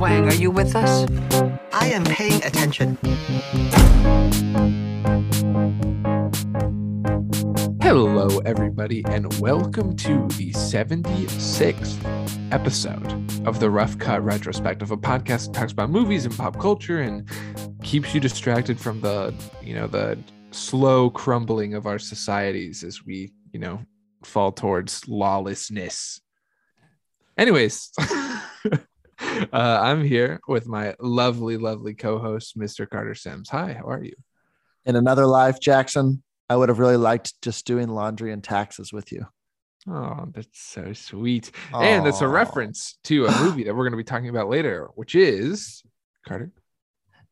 Are you with us? I am paying attention. Hello, everybody, and welcome to the 76th episode of the Rough Cut Retrospective, a podcast that talks about movies and pop culture and keeps you distracted from the, you know, the slow crumbling of our societies as we, you know, fall towards lawlessness. Anyways, uh, I'm here with my lovely, lovely co-host, Mr. Carter Sims. Hi, how are you? in another life, Jackson, I would have really liked just doing laundry and taxes with you. Oh, that's so sweet. And it's a Aw. reference to a movie that we're going to be talking about later, which is Carter.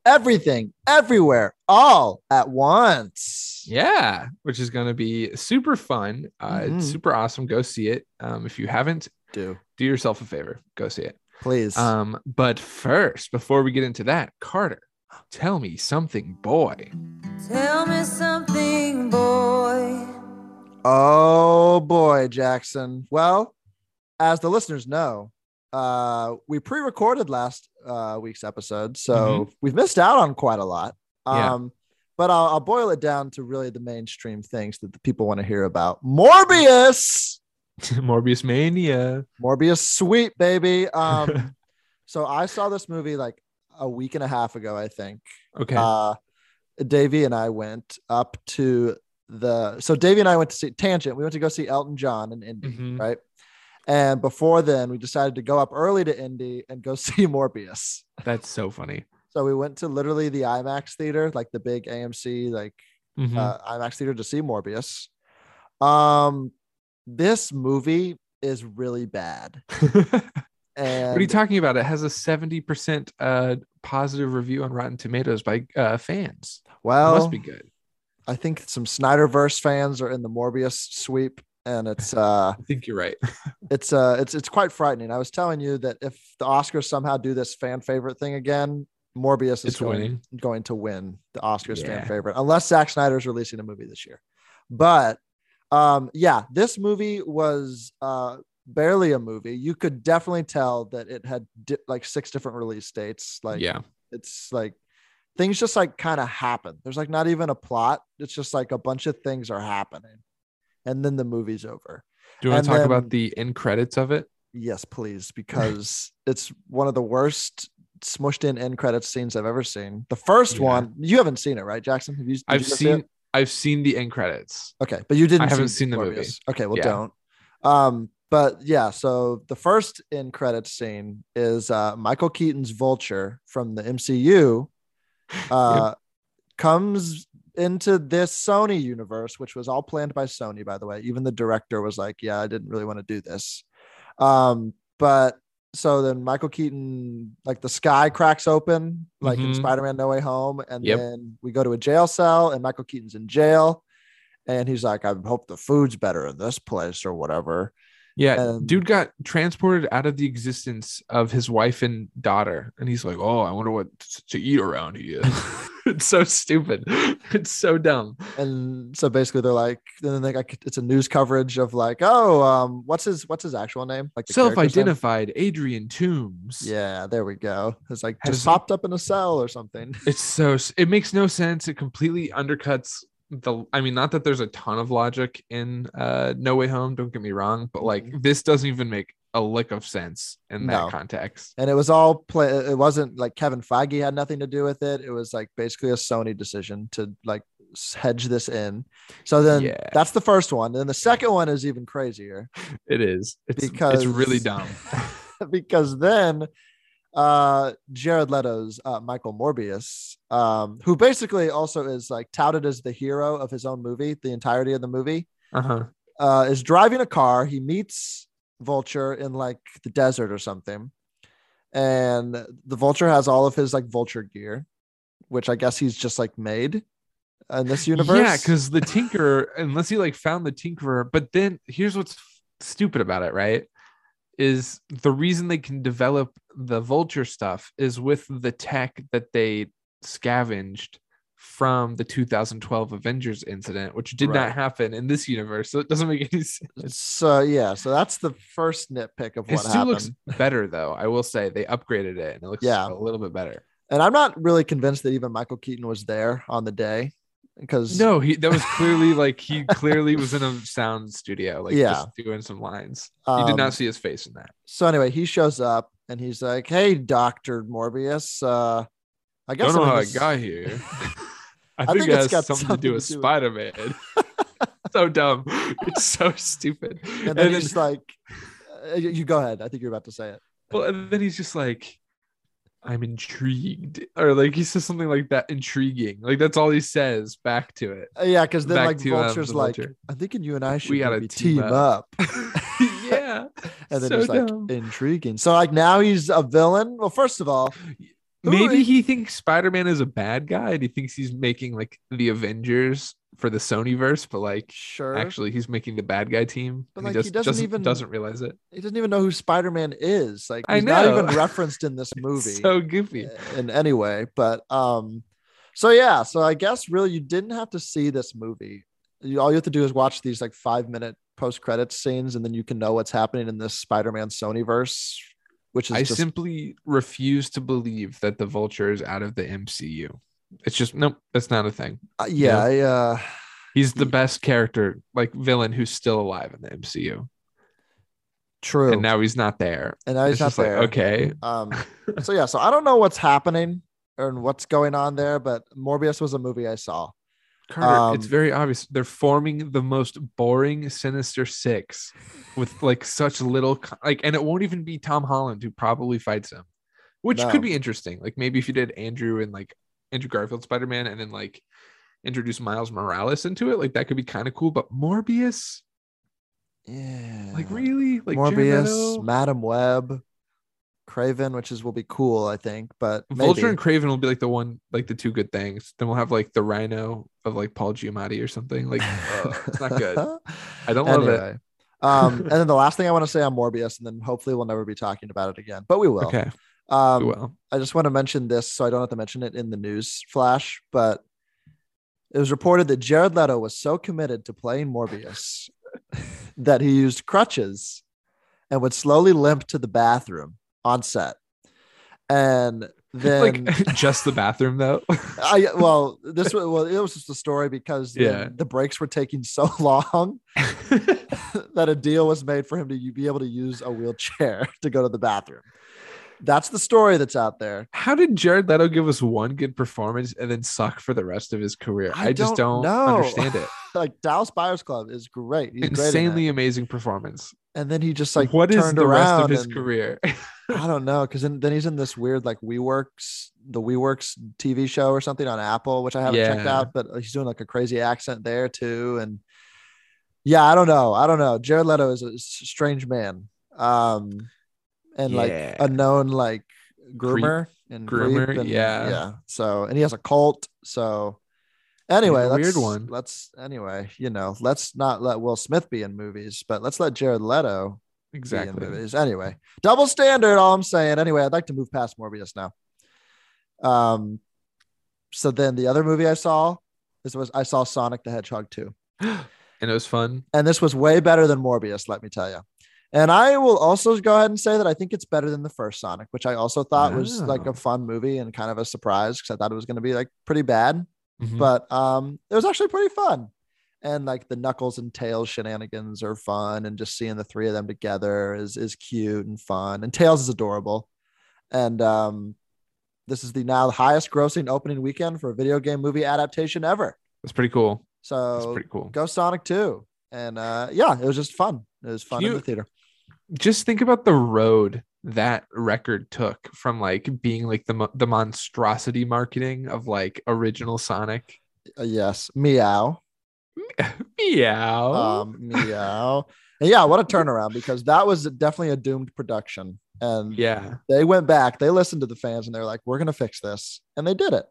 Everything, everywhere, all at once. Yeah, which is going to be super fun. Uh, Mhm. It's super awesome. Go see it. Um, if you haven't, Do do yourself a favor. Go see it. please. Um, but first, before we get into that, Carter, tell me something, boy. Tell me something, boy. oh boy, Jackson. Well, as the listeners know, uh, we pre-recorded last uh, week's episode, so we've missed out on quite a lot. Mm-hmm. Yeah. Um, but I'll, I'll boil it down to really the mainstream things that the people want to hear about. Morbius. Morbius Mania. Morbius sweet baby. Um, so I saw this movie like a week and a half ago, I think. Okay. Uh, Davey and I went up to the so Davey and I went to see Tangent. We went to go see Elton John in Indy, Mhm. right? And before then, we decided to go up early to Indy and go see Morbius. That's so funny. So we went to literally the IMAX theater, like the big AMC, like Mhm. uh, IMAX theater to see Morbius. Um, this movie is really bad. And what are you talking about? It has a 70% uh, positive review on Rotten Tomatoes by uh, fans. well, it must be good. I think some Snyderverse fans are in the Morbius sweep, and it's uh, I think you're right. it's uh, it's it's quite frightening. I was telling you that if the Oscars somehow do this fan favorite thing again, Morbius is It's going, winning. going to win the Oscars Yeah. fan favorite, unless Zack Snyder's releasing a movie this year. But um, yeah, this movie was uh, barely a movie. You could definitely tell that it had di- like six different release dates. Like yeah. it's like things just like kind of happen. There's like not even a plot. It's just like a bunch of things are happening. And then the movie's over. Do you want and to talk about then- the end credits of it? Yes, please, because it's one of the worst smushed in end credits scenes I've ever seen. The first Yeah. one, you haven't seen it, right, Jackson? Have you? did I've you go see seen it? I've seen the end credits. Okay, but you didn't. haven't seen the movie. Morbius. Okay, well, Yeah. don't. Um, but yeah, so the first end credits scene is uh, Michael Keaton's Vulture from the MCU uh, comes into this Sony universe, which was all planned by Sony, by the way. Even the director was like, "Yeah, I didn't really want to do this." Um, but so then Michael Keaton, like the sky cracks open, like in Mhm. Spider-Man: No Way Home, and Yep. then we go to a jail cell, and Michael Keaton's in jail, and he's like, "I hope the food's better in this place or whatever." Yeah, Um, dude got transported out of the existence of his wife and daughter, and he's like, "Oh, I wonder what t- to eat around here." it's so stupid. It's so dumb. and so basically they're like then they like it's a news coverage of like oh um what's his what's his actual name like the character's name? Self-identified Adrian Toombs. yeah there we go it's like Has- just popped up in a cell or something It's so s- it makes no sense. It completely undercuts the I mean, not that there's a ton of logic in uh No Way Home, don't get me wrong, but like this doesn't even make a lick of sense in that Mm-hmm. No. context. and it was all play it wasn't like kevin feige had nothing to do with it it was like basically a sony decision to like s- hedge this in so then Yeah. that's the first one then the second one is even crazier It is. It's it's Because- really dumb. because then uh jared leto's uh michael morbius um who basically also is like touted as the hero of his own movie the entirety of the movie Uh-huh. uh, is driving a car. He meets Vulture in like the desert or something, and the Vulture has all of his like Vulture gear, which I guess he's just like made in this universe. Yeah, because the Tinkerer, unless he like found the Tinkerer, but then here's what's f- stupid about it, right? Is the reason they can develop the vulture stuff is with the tech that they scavenged from the 2012 Avengers incident, which did not Right. happen in this universe. So it doesn't make any sense. So yeah, so that's the first nitpick of It what still happened. looks better though. I will say they upgraded it and it looks Yeah. a little bit better. and I'm not really convinced that even Michael Keaton was there on the day because No, he that was clearly like he clearly was in a sound studio, like Yeah. just doing some lines. You did um, not see his face in that. so anyway, he shows up and he's like, "Hey, Doctor Morbius, uh, I guess Don't know I'm in how I this- got here. I think think, it it's has got something, to do with Spider Man. so dumb. It's so stupid. And then he's like, uh, "You you go ahead. I think you're about to say it." well, and then he's just like, I'm intrigued, or like he says something like that, intriguing. Like that's all he says back to it. Uh, yeah, because then Back like to, um, Vulture's the like, Vulture. "I'm thinking you and I should gotta maybe team team, up." up. yeah. and then so he's like, dumb. "Intriguing." So like now he's a villain. Well, first of all, Who Maybe is- he thinks Spider Man is a bad guy and he thinks he's making like the Avengers for the Sonyverse, but like sure, actually he's making the bad guy team. But, and like, he, he just, doesn't doesn't even- doesn't realize it. he doesn't even know who Spider-Man is. Like I he's not know. even referenced in this movie. So goofy. in any way but um so yeah so i guess really you didn't have to see this movie you, all you have to do is watch these like five minute post credits scenes and then you can know what's happening in this spider-man sonyverse which is I just simply refuse to believe that the vulture is out of the MCU. It's just nope, that's not a thing. uh, yeah I, uh, He's the Ye- best character, like villain who's still alive in the MCU. true And now he's not there. and now he's it's not just like, there okay. um so yeah so i don't know what's happening and what's going on there but morbius was a movie i saw Carter, it's Um, very obvious. They're forming the most boring Sinister Six with like such little, co- like, and it won't even be Tom Holland who probably fights him, which No. could be interesting. Like, maybe if you did Andrew and like Andrew Garfield Spider Man and then like introduce Miles Morales into it, like, that could be kind of cool. But Morbius, yeah like, really? Like, Jared morbius Leto? madam web craven which is will be cool i think but Vulture maybe. and Craven will be like the one, like, the two good things. Then we'll have like the Rhino of like Paul Giamatti or something. Like, uh, it's not good. I don't love it. it. um, and then the last thing I want to say on Morbius, and then hopefully we'll never be talking about it again, but we will. Okay. Um, well, I just want to mention this so I don't have to mention it in the news flash, but it was reported that Jared Leto was so committed to playing Morbius that he used crutches and would slowly limp to the bathroom on set. And then like, just the bathroom though. I well, this was well, it was just a story because the- Yeah. the, breaks were taking so long that a deal was made for him to u- be able to use a wheelchair to go to the bathroom. That's the story that's out there. How did Jared Leto give us one good performance and then suck for the rest of his career? I I, just don't don't know. understand it. Like Dallas Buyers Club is great. He's great in Insanely it. amazing performance. and then he just like Like what is turned the rest around of his and- career? I don't know because then, then he's in this weird like WeWorks the WeWorks TV show or something on Apple, which I haven't checked Yeah. out, but he's doing like a crazy accent there too, and yeah, I don't know, I don't know. Jared Leto is a s- strange man, um, and like Yeah. a known like Creep. groomer and Groomer, creep and- yeah. yeah. So and he has a cult, so. Anyway, a let's, weird one. Let's anyway, you know, let's not let Will Smith be in movies, but let's let Jared Leto be in exactly. movies. Anyway, double standard. All I'm saying. Anyway, I'd like to move past Morbius now. Um, so then the other movie I saw this was I saw Sonic the Hedgehog 2, And it was fun. and this was way better than Morbius. Let me tell you. And I will also go ahead and say that I think it's better than the first Sonic, which I also thought was like Wow. a fun movie and kind of a surprise because I thought it was going to be like pretty bad Mhm. but um it was actually pretty fun and like the knuckles and tails shenanigans are fun and just seeing the three of them together is is cute and fun and tails is adorable and um this is the now the highest grossing opening weekend for a video game movie adaptation ever That's pretty cool. That's so pretty cool. go sonic 2 and uh yeah it was just fun it was fun You- in the theater Just think about the road that record took from like being like the mo- the monstrosity marketing of like original Sonic. Uh, yes meow Meow. um meow and yeah what a turnaround because that was definitely a doomed production and yeah. they went back, they listened to the fans, and they're like, "We're gonna fix this," and they did it.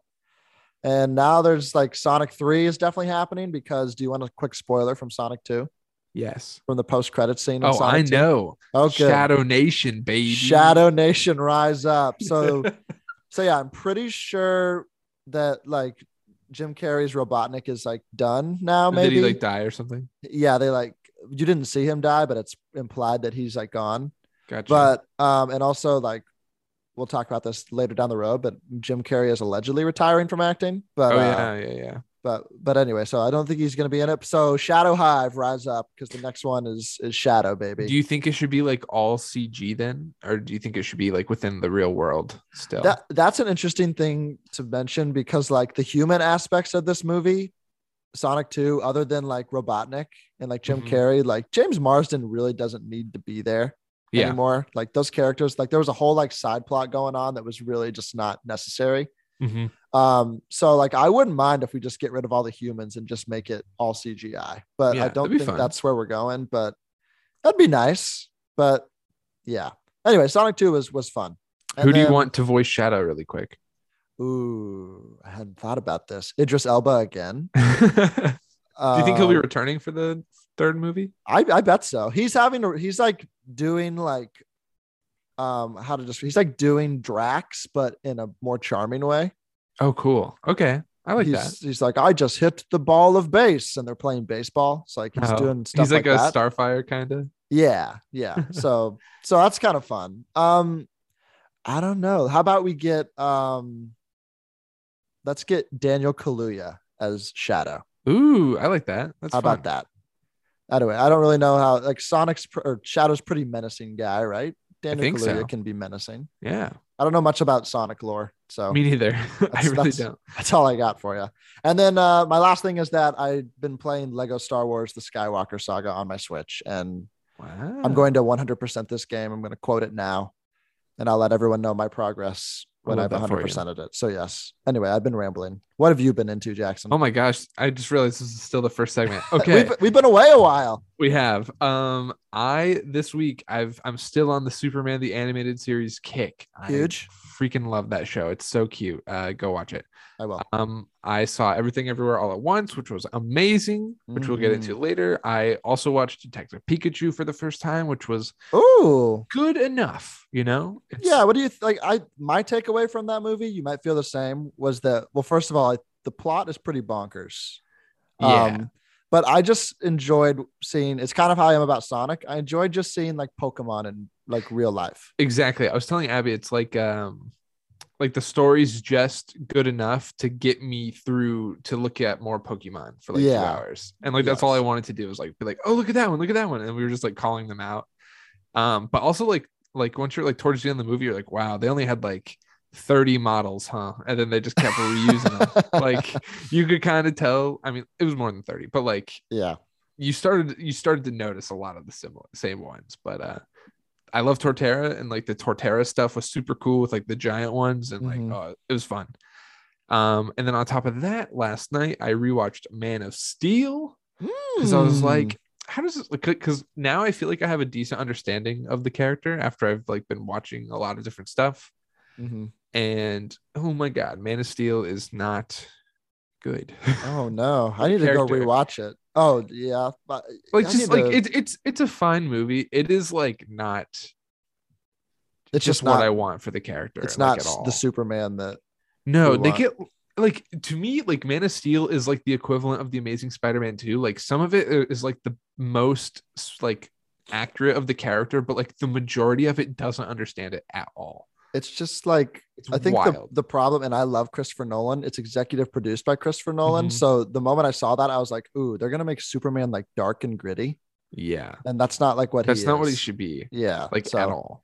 And now there's like Sonic Three is definitely happening because do you want a quick spoiler from Sonic Two Yes. from the post credit scene? in Oh, I Sonic 2? know. Oh, good. Shadow Nation, baby. Shadow oh, Nation, rise up. So, so yeah, I'm pretty sure that like Jim Carrey's Robotnik is like done now. Did Maybe he like die or something? yeah, they like you didn't see him die, but it's implied that he's like gone. Gotcha. But um, and also like we'll talk about this later down the road, but Jim Carrey is allegedly retiring from acting. But oh uh, yeah, yeah, yeah. but but anyway, so I don't think he's gonna be in it. So Shadow Hive, rise up because the next one is is Shadow Baby. Do you think it should be like all CG then, or do you think it should be like within the real world still? that that's an interesting thing to mention because like the human aspects of this movie, Sonic Two, other than like Robotnik and like Jim Mhm. Carrey, like James Marsden really doesn't need to be there. yeah, anymore. Like those characters, like there was a whole like side plot going on that was really just not necessary. Mhm. Um, so like I wouldn't mind if we just get rid of all the humans and just make it all CGI. But Yeah, I don't that'd be think fun. that's where we're going. But that'd be nice. But yeah. Anyway, Sonic Two was was fun. And Who do you then- want to voice Shadow really quick? Ooh, I hadn't thought about this. Idris Elba again. do you think he'll be Um, returning for the third movie? I, I bet so. He's having a, he's like doing like um how to just he's like doing Drax, but in a more charming way. Oh, cool. Okay, I like that. he's, he's like, I just hit the ball of base, and they're playing baseball. It's like he's Oh, doing stuff He's like, a that. Starfire kind of. Yeah, yeah. so so that's kind of fun. Um, I don't know. How about we get um, let's get Daniel Kaluuya as Shadow. Ooh, I like that. That's how fun. about that? Anyway, I don't really know how like Sonic's pr- or Shadow's pretty menacing guy, right? Daniel think Kaluuya so. can be menacing. Yeah, I don't know much about Sonic lore, so me neither. I Oh. That's- really that's- don't. That's all I got for you. And then uh, my last thing is that I've been playing Lego Star Wars: The Skywalker Saga on my Switch, and Wow. I'm going to 100% this game. I'm going to quote it now, and I'll let everyone know my progress I when love I've that for you. 100% of it. So yes. Anyway, I've been rambling. What have you been into, Jackson? Oh my gosh! I just realized this is still the first segment. Okay, We've, we've been away a while. We have. Um, I this week I've I'm still on the Superman the animated series kick. I Huge. freaking love that show. It's so cute. Uh, go watch it. I will. Um, I saw Everything Everywhere All at Once, which was amazing, which we'll get Mhm. into later. I also watched Detective Pikachu for the first time, which was Ooh. good enough. You know, It's- Yeah. What do you th- like? I my takeaway from that movie, you might feel the same, was that well, first of all, I, the plot is pretty bonkers. yeah. Um, but I just enjoyed seeing. It's kind of how I am about Sonic. I enjoyed just seeing like Pokemon in like real life. Exactly. I was telling Abby it's like um like the story's just good enough to get me through to look at more Pokemon for like two Yeah. hours. And like that's all I Yes. wanted to do was like be like, oh look at that one, look at that one. And we were just like calling them out. Um, but also like like once you're like towards the end of the movie, you're like, wow, they only had like 30 models, huh? And then they just kept reusing them. Like you could kind of tell. I mean, it was more than 30, but like yeah, you started you started to notice a lot of the similar same ones but uh i love torterra and like the torterra stuff was super cool with like the giant ones and like Mhm. oh, it was fun um and then on top of that last night i rewatched man of steel because i was Hmm. like how does this because now i feel like i have a decent understanding of the character after i've like been watching a lot of different stuff Mhm. and oh my god man of steel is not good oh no, The I need to go character. rewatch it. Oh yeah, but like I just need like to- it's it's it's a fine movie. It is like not it's just just what not. I want for the character. it's like, not at all. the Superman that. no. we They want. get like to me like Man of Steel is like the equivalent of the Amazing Spider-Man two. Like some of it i- is like the most s- like accurate of the character, but like the majority of it doesn't understand it at all. It's just like It's I think the, wild. the problem, and I love Christopher Nolan. It's executive produced by Christopher Nolan. Mhm. So the moment I saw that, I was like, "Ooh, they're gonna make Superman like dark and gritty," yeah, and that's not like what that's he not what he is. should be Yeah, like so- at all.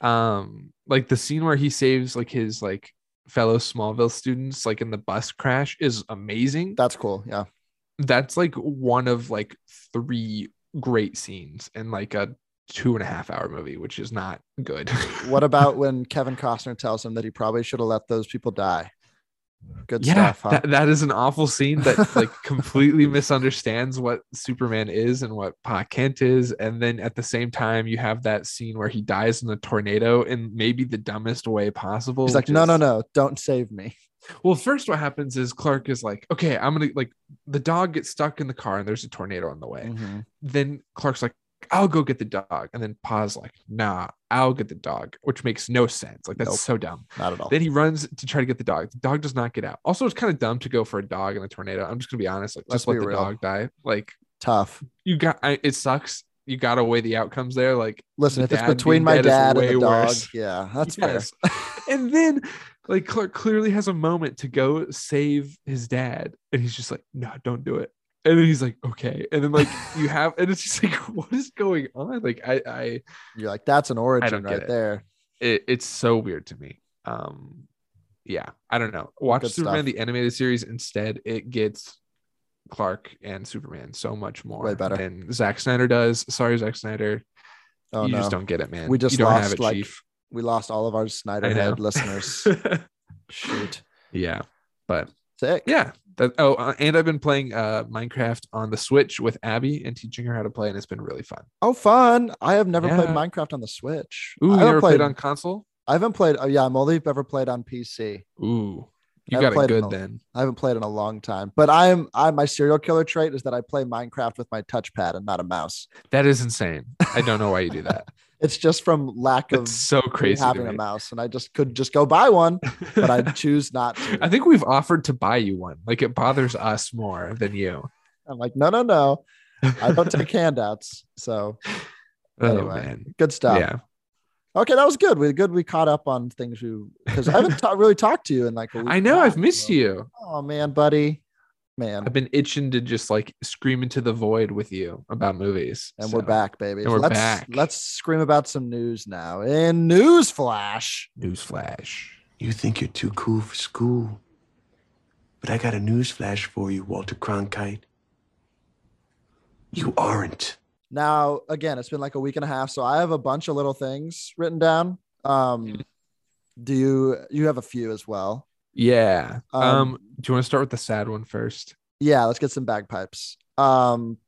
Um, like the scene where he saves like his like fellow Smallville students like in the bus crash is amazing. That's cool. Yeah. that's like one of like three great scenes in like a two and a half hour movie, which is not good. What about when Kevin Costner tells him that he probably should have let those people die? Good yeah, stuff, huh? that, that is an awful scene that like completely misunderstands what Superman is and what Pa Kent is, and then at the same time you have that scene where he dies in a tornado in maybe the dumbest way possible. He's like, which no, is- no, no, don't save me. Well, first what happens is Clark is like, Mm-hmm, okay, I'm gonna like the dog gets stuck in the car and there's a tornado on the way. then Clark's like, I'll go get the dog, and then pause like, nah, I'll get the dog, which makes no sense. Like that's Nope. so dumb. Not at all. Then he runs to try to get the dog. The dog does not get out. Also, it's kind of dumb to go for a dog in a tornado. I'm just gonna be honest. Like, just Let's let be the real. dog die. Like Tough. you got I, it sucks. You gotta weigh the outcomes there. Like Listen, The if it's dad being between my dead is dad and way the dog, worse. yeah, that's Yes. and then like Clark clearly has a moment to go save his dad. And he's just like, no, don't do it. And then he's like, okay. And then like you have and it's just like, what is going on? Like I I fair. You're like, that's an origin don't get right it. there. it, it's so weird to me. Um yeah, I don't know. Watch Good Superman stuff. the animated series instead. It gets Clark and Superman so much more Way better. than Zack Snyder does. Sorry, Zack Snyder. Oh you no, just don't get it, man. We just you don't have lost, it, like, Chief. we lost all of our I Snyder know. head listeners. Shoot, yeah. But sick. yeah that, oh uh, and i've been playing uh minecraft on the switch with abby and teaching her how to play and it's been really fun Oh, fun! I have never played Yeah. Minecraft on the Switch. ooh you I haven't ever played played on console I haven't played. Oh, yeah, I'm only ever played on PC. ooh you I got haven't it played good on- then I haven't played in a long time. But I'm, I my serial killer trait is that I play Minecraft with my touchpad and not a mouse. that is insane i don't know why you do that It's just from lack of that's so crazy to having a me. mouse, and I just could just go buy one, but I choose not to. I think we've offered to buy you one like it bothers us more than you I'm like, no, no, no. I don't take handouts. So oh Anyway, man good stuff. yeah Okay, that was good. We good. We caught up on things we because I haven't ta- really talked to you in like a week. i know i've missed you Oh man, buddy, man, i've been itching to just like scream into the void with you about movies and So, we're back, baby. And we're let's back. let's scream about some news now. In news flash, newsflash You think you're too cool for school. But I got a news flash for you, Walter Cronkite. You aren't. now again, it's been like a week and a half, so I have a bunch of little things written down. Mm-hmm. Um, do you you have a few as well? yeah Um, um do you want to start with the sad one first Yeah, let's get some bagpipes. Um,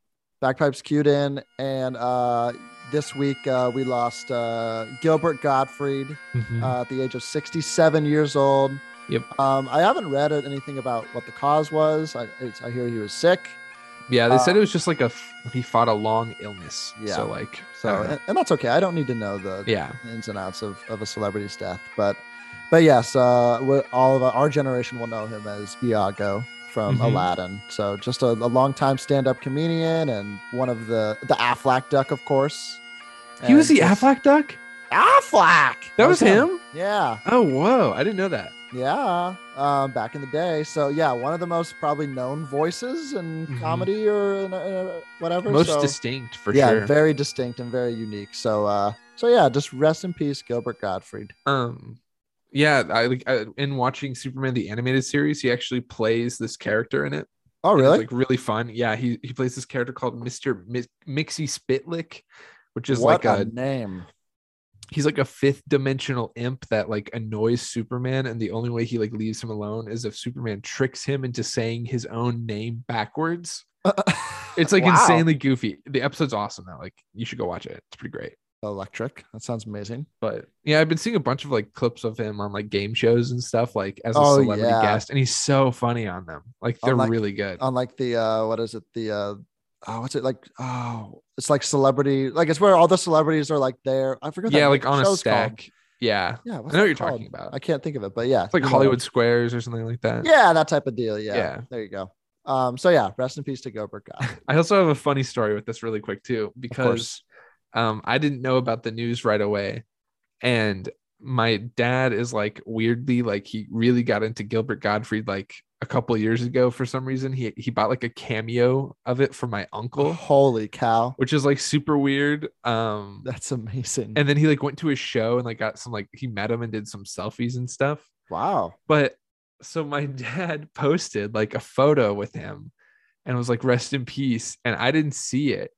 bagpipes cued in, and uh, this week uh, we lost uh, Gilbert Gottfried. Mhm. uh, at the age of 67 years old. Yep. Um, I haven't read it- anything about what the cause was. I, it's, I hear he was sick, yeah, they said uh, it was just like a f- he fought a long illness. Yeah. So like, I so don't know. and, and that's okay. I don't need to know the Uh-huh. yeah, ins and outs of, of a celebrity's death, but but yes, uh, we- all of our, our generation will know him as Iago from Mhm. Aladdin. So just a, a longtime stand-up comedian and one of the the Affleck duck, of course. he was And the just- Affleck duck. Affleck. That was him. Yeah. Oh whoa, I didn't know that. Yeah, um, back in the day. So yeah, one of the most probably known voices in Mhm. comedy or in, uh, whatever. Most so, distinct for yeah, sure. very distinct and very unique. So uh, so yeah, just rest in peace, Gilbert Gottfried. um, yeah, I like I, in watching Superman the animated series, he actually plays this character in it. Oh and really? It's like really fun. Yeah, he he plays this character called Mister Mi- Mixie Spitlick, which is what like a, a name. he's like a fifth dimensional imp that like annoys superman and the only way he like leaves him alone is if superman tricks him into saying his own name backwards it's like Wow. insanely goofy the episode's awesome though like you should go watch it it's pretty great electric. That sounds amazing. but yeah i've been seeing a bunch of like clips of him on like game shows and stuff like as a Oh, celebrity yeah. guest and he's so funny on them like they're Unlike- really good On like the uh, what is it? The uh, oh, what's it like? Oh, it's like celebrity. Like it's where all the celebrities are like there. I forget. yeah that like on a show's stack Called. yeah Yeah, what's I know that what you're talking called? about. I can't think of it, but yeah, it's like you know. hollywood squares or something like that yeah that type of deal yeah, Yeah. there you go um so yeah rest in peace to gilbert Gottfried. I also have a funny story with this really quick too, because course. um, I didn't know about the news right away, and my dad is like weirdly like he really got into Gilbert Gottfried like a couple years ago for some reason. He he bought like a cameo of it for my uncle, holy cow which is like super weird. Um, that's amazing and then he like went to his show and like got some like he met him and did some selfies and stuff wow but so my dad posted like a photo with him and was like rest in peace and i didn't see it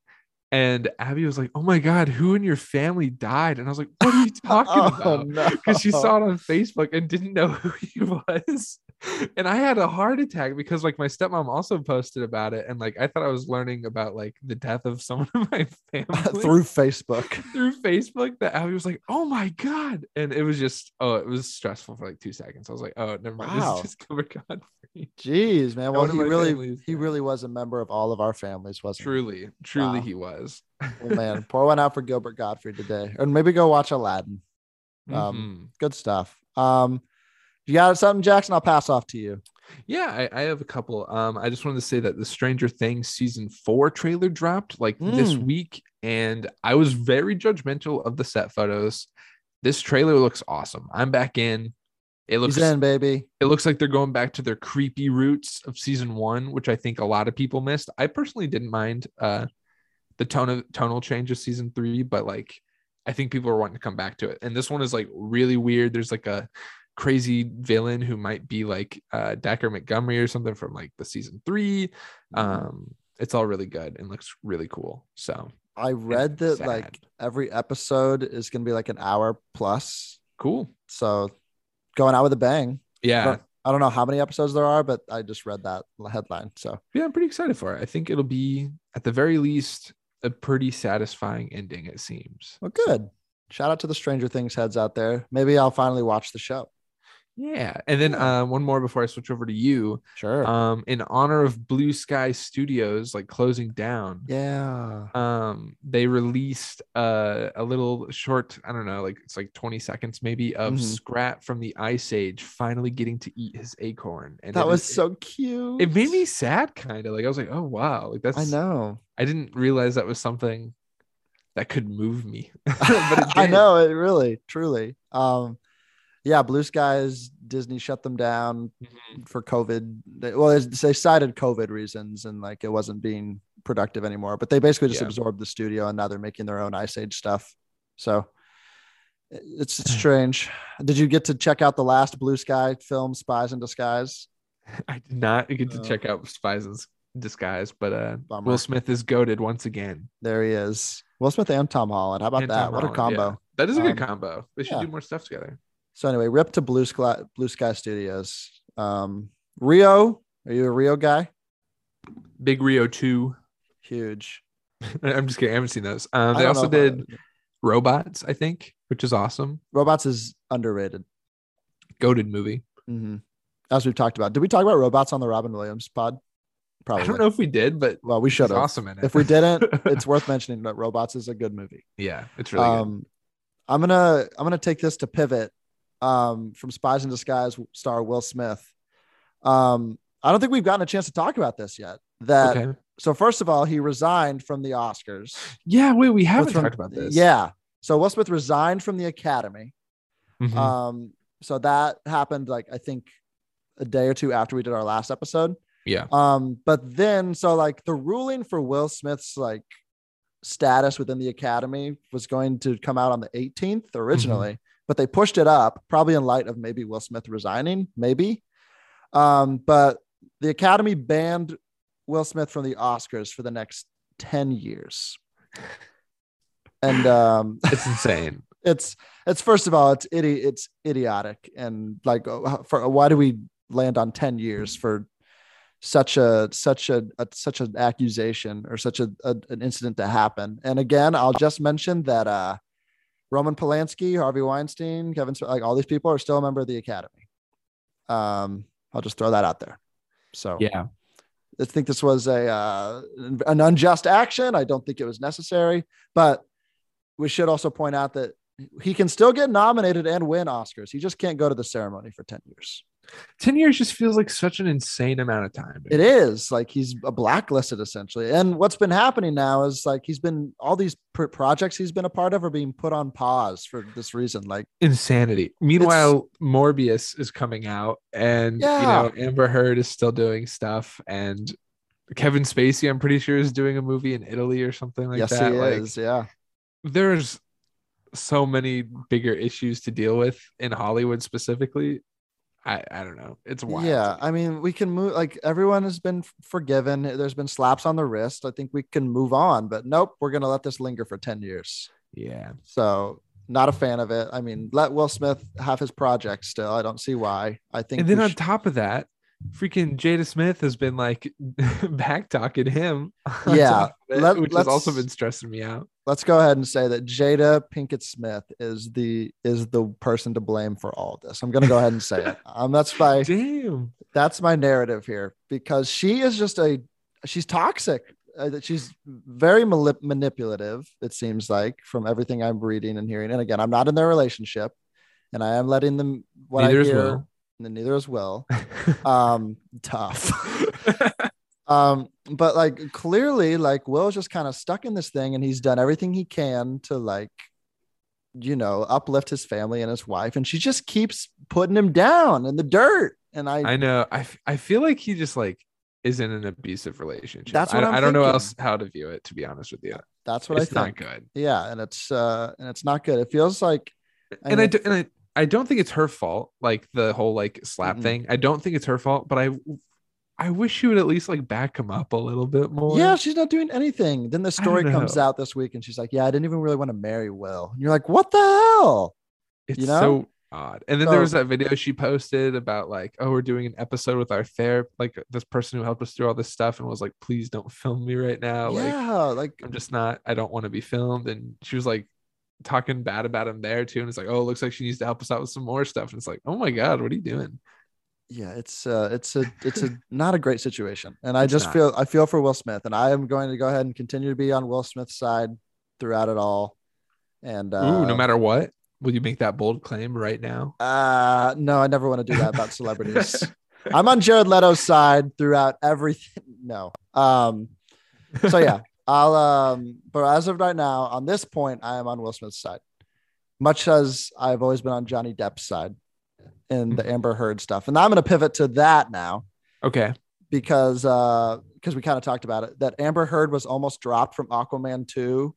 and abby was like oh my god who in your family died and i was like what are you talking about Oh, no because she saw it on facebook and didn't know who he was and i had a heart attack because like my stepmom also posted about it and like i thought i was learning about like the death of someone in my family through facebook through Facebook that Abby was like, "Oh my god!" and it was just, oh, it was stressful for like two seconds. I was like, "Oh, never mind." This Wow. is just Gilbert Godfrey. Jeez, man. Well, One of he my really families, he yeah. really was a member of all of our families, wasn't Truly, truly, Wow. he was. he? Well, man, pour one out for Gilbert Godfrey today, and maybe go watch Aladdin. Mm-hmm. Um, Good stuff. Um, you got something, Jackson? I'll pass off to you. Mhm. Yeah, I, I have a couple. Um, I just wanted to say that the Stranger Things season four trailer dropped like this Mm. week, and I was very judgmental of the set photos. This trailer looks awesome. I'm back in. It looks He's in, baby. it looks like they're going back to their creepy roots of season one, which I think a lot of people missed. I personally didn't mind uh, the tone of tonal change of season three, but like I think people are wanting to come back to it. And this one is like really weird. There's like a crazy villain who might be like uh, Dacker Montgomery or something from like the season three. Um, it's all really good and looks really cool. So I read that sad. like every episode is going to be like an hour plus. cool. So going out with a bang. Yeah. I don't know how many episodes there are, but I just read that headline. So yeah, I'm pretty excited for it. I think it'll be, at the very least, a pretty satisfying ending, it seems. well, good. Shout out to the Stranger Things heads out there. Maybe I'll finally watch the show. Yeah. And then uh, one more before I switch over to you. Sure. Um, in honor of Blue Sky Studios, like closing down, yeah. um, they released uh, a little short, I don't know, like it's like 20 seconds maybe of Mhm. Scrat from the Ice Age finally getting to eat his acorn. And That it was is- so cute. It made me sad, kind of like I was like, oh wow, like that's I know. I didn't realize that was something that could move me. but it I did. know it really, truly. Um, yeah, Blue Skies, Disney shut them down Mhm. for COVID. They- Well, it's- they cited COVID reasons and like it wasn't being productive anymore, but they basically just Yeah. absorbed the studio and now they're making their own Ice Age stuff. So it- it's Hmm. strange. Did you get to check out the last Blue Sky film, Spies in Disguise? I did not get to Oh. check out Spies in Disguise, but uh, Bummer. Will Smith is goaded once again. There he is. Will Smith and Tom Holland. How about And that? Tom what a Holland, combo. yeah. That is a good Um, combo. They should yeah. do more stuff together. So anyway, rip to Blue Sky Blue Sky Studios. Um, Rio, are you a Rio guy? Big Rio 2. Huge. I'm just kidding. I haven't seen those. Um, I they don't also know if I- did Robots, I think, which is awesome. Robots is underrated. Goaded movie. hmm As we've talked about, did we talk about robots on the Robin Williams pod? Probably. I don't know if we did, but Well, we should it's have. awesome in it. If we didn't, it's worth mentioning that Robots is a good movie. yeah, it's really good. um, I'm gonna I'm gonna take this to pivot um, from Spies in Disguise star Will Smith. Um, I don't think we've gotten a chance to talk about this yet. That okay. so first of all, he resigned from the Oscars. Yeah, wait, we haven't What's wrong- talked about this. Yeah. So Will Smith resigned from the Academy. Mhm. Um, so that happened like I think a day or two after we did our last episode. yeah. Um, but then so like the ruling for Will Smith's like status within the Academy was going to come out on the 18th originally, but they pushed it up probably in light of maybe Will Smith resigning, maybe. Um, but the Academy banned Will Smith from the Oscars for the next 10 years. And um, It's insane. it's it's first of all it's idi- it's idiotic and like uh, for why do we land on 10 years for such a such a, a- such an accusation or such a, a- an incident to happen and again i'll just mention that uh roman polanski harvey weinstein kevin Sp- like all these people are still a member of the academy um i'll just throw that out there so yeah. I think this was a uh, an unjust action. I don't think it was necessary, but we should also point out that he can still get nominated and win Oscars. He just can't go to the ceremony for ten years. 10 years just feels like such an insane amount of time. It is like he's a blacklisted essentially. And what's been happening now is like he's been all these pr- projects he's been a part of are being put on pause for this reason. Like insanity. Meanwhile, Morbius is coming out, and Yeah. you know Amber Heard is still doing stuff, and Kevin Spacey, I'm pretty sure, is doing a movie in Italy or something like yes, that. he like is. Yeah, there's so many bigger issues to deal with in Hollywood specifically. I I don't know. It's wild. to yeah. me. I mean, we can move. Like everyone has been f- forgiven. There's been slaps on the wrist. I think we can move on. But nope, we're gonna let this linger for ten years. yeah. So not a fan of it. I mean, let Will Smith have his project still. I don't see why. I think And then we on sh- top of that, freaking Jada Smith has been like back talking him. on Yeah. top of it, Let- which has also let's- been stressing me out. let's go ahead and say that Jada Pinkett Smith is the is the person to blame for all this. I'm gonna go ahead and say it. Um, that's by Damn. That's my narrative here because she is just a she's toxic. Uh, that she's very malip- manipulative. It seems like from everything I'm reading and hearing. And again, I'm not in their relationship, and I am letting them what Neither I is hear. Will. and neither is Will. um, tough. um, but like clearly, like Will's just kind of stuck in this thing, and he's done everything he can to like, you know, uplift his family and his wife, and she just keeps putting him down in the dirt. And I, I know. I, f- I feel like he just like is in an abusive relationship. That's I, what don't- I'm I don't know thinking. else how to view it. To be honest with you, that's what it's I think. not good. Yeah, and it's uh, and it's not good. It feels like, I and I mean- do, and I, I don't think it's her fault. Like the whole like slap Mm-mm. thing. I don't think it's her fault. But I I wish she would at least like back him up a little bit more. yeah, she's not doing anything. Then the don't story comes know. out this week, and she's like, "Yeah, I didn't even really want to marry Will." And you're like, "What the hell?" it's you know? so odd. And then there was So- that video she posted about like, oh, we're doing an episode with our therapist, like this person who helped us through all this stuff, and was like, please don't film me right now. Oh, Like yeah, like I'm just not. I don't want to be filmed. And she was like talking bad about him there too. And it's like, oh, it looks like she needs to help us out with some more stuff. And it's like, oh my god, what are you doing? yeah it's uh it's a it's a not a great situation and i It's just not. feel i feel for will smith and i am going to go ahead and continue to be on will smith's side throughout it all and uh, Ooh, no matter what, will you make that bold claim right now? uh no i never want to do that about celebrities i'm on jared leto's side throughout everything no um so yeah i'll um but as of right now on this point i am on will smith's side much as i've always been on johnny depp's side in Mm-hmm. the amber heard stuff and i'm going to pivot to that now Okay. because uh because we kind of talked about it that Amber Heard was almost dropped from Aquaman 2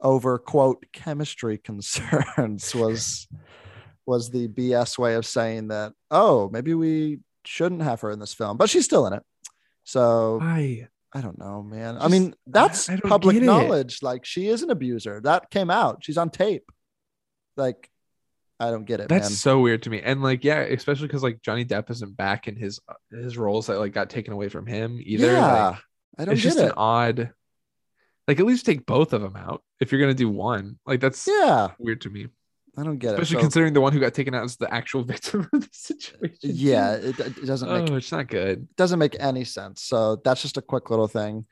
over quote chemistry concerns was was the BS way of saying that oh maybe we shouldn't have her in this film but she's still in it so Why? I don't know man I Just- mean that's I don't public get it. knowledge like she is an abuser that came out she's on tape like I don't get it That's man so weird to me. And like, yeah, especially because like Johnny Depp isn't back in his his roles that like got taken away from him either. yeah Like, I don't it's get just an it odd. Like, at least take both of them out if you're gonna do one. Like, that's yeah weird to me, I don't get especially it So- considering the one who got taken out is the actual victim of the situation. too. yeah it, it doesn't make Oh, it's not good. doesn't make any sense. So that's just a quick little thing.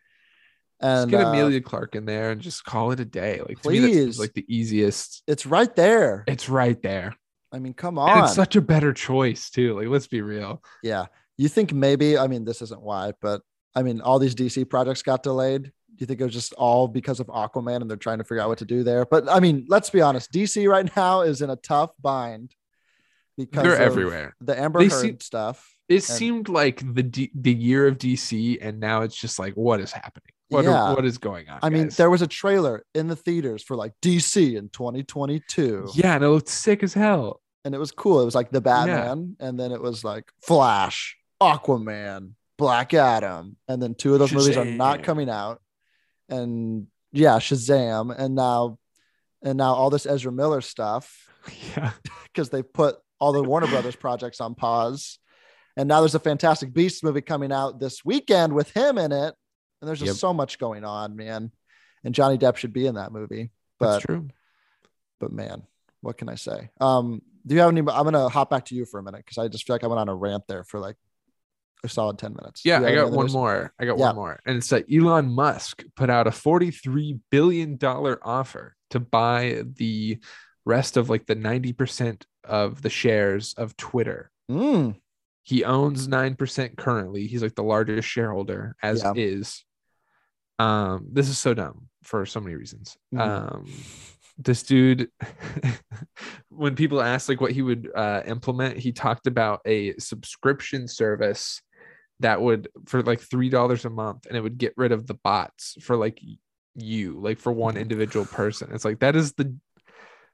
Just And get uh, Amelia Clark in there and just call it a day. Like, to me, that seems Please. like the easiest. it's right there. It's right there. I mean, come And on. it's such a better choice too. Like, let's be real. yeah. You think maybe, I mean, this isn't why, but I mean, all these DC projects got delayed. Do you think it was just all because of Aquaman and they're trying to figure out what to do there? But I mean, let's be honest, DC right now is in a tough bind because They're of everywhere. The Amber They Heard seem- stuff. It and- seemed like the D- the year of DC, and now it's just like, what is happening? What are- Yeah. what is going on? I mean, guys? there was a trailer in the theaters for like DC in 2022. yeah, and it looked sick as hell. and it was cool. It was like the Batman, and then it was like Flash, Aquaman, Black Adam, and then two of those movies are not Shazam. coming out. And yeah, Shazam, and now, and now all this Ezra Miller stuff Yeah, because they put all the Warner Brothers projects on pause, and now there's a Fantastic Beasts movie coming out this weekend with him in it, and there's just Yep. so much going on, man. And Johnny Depp should be in that movie, but that's true. but man, what can I say? Um, do you have any? I'm gonna hop back to you for a minute because I just feel like I went on a rant there for like a solid ten minutes. Yeah, Do you I have any got other one news? more. I got Yeah. one more, and it's that Elon Musk put out a forty three billion dollar offer to buy the rest of like the ninety percent of the shares of Twitter. Mm, he owns 9% currently he's like the largest shareholder as Yeah. is um this is so dumb for so many reasons Mhm. um this dude when people asked like what he would uh implement he talked about a subscription service that would for like three dollars a month and it would get rid of the bots for like y- you like for one individual person it's like that is the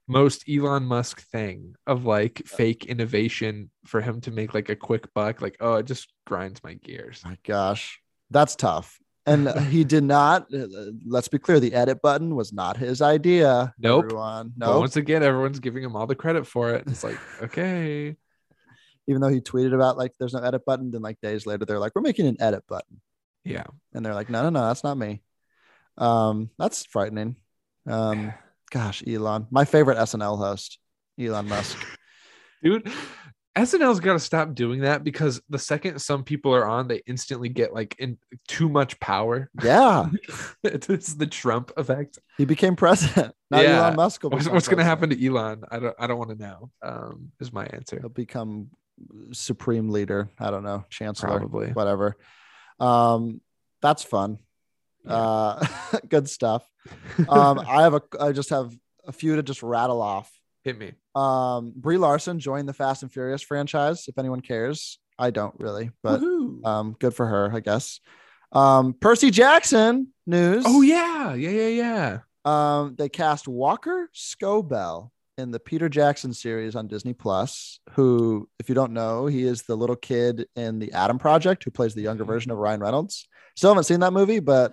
most Elon Musk thing of like fake innovation for him to make like a quick buck. Like, oh, it just grinds my gears. my gosh, that's tough. And he did not. uh, Let's be clear: the edit button was not his idea. Nope. Everyone. But Nope. once again, everyone's giving him all the credit for it. It's like, okay, Even though he tweeted about like there's no edit button, then like days later they're like we're making an edit button, yeah, and they're like no no no that's not me. Um, that's frightening. Um, gosh, Elon, my favorite SNL host, Elon Musk. dude. SNL's got to stop doing that because the second some people are on, they instantly get like in too much power. Yeah, it's the Trump effect. he became president. Now Yeah. Elon Musk will What's, become what's going to happen president. to Elon? I don't. I don't want to know. Um, is my answer He'll become supreme leader. I don't know, chancellor, probably. whatever. Um, that's fun. Yeah. Uh, good stuff. Um, I have a, I just have a few to just rattle off. Hit me. Um, Brie Larson joined the Fast and Furious franchise. If anyone cares, I don't really, but Woohoo. um, good for her, I guess. Um, Percy Jackson news. oh yeah, yeah, yeah, yeah. Um, they cast Walker Scobell in the Peter Jackson series on Disney Plus, who, if you don't know, he is the little kid in the Adam Project who plays the Mm-hmm. younger version of Ryan Reynolds. Still haven't seen that movie, but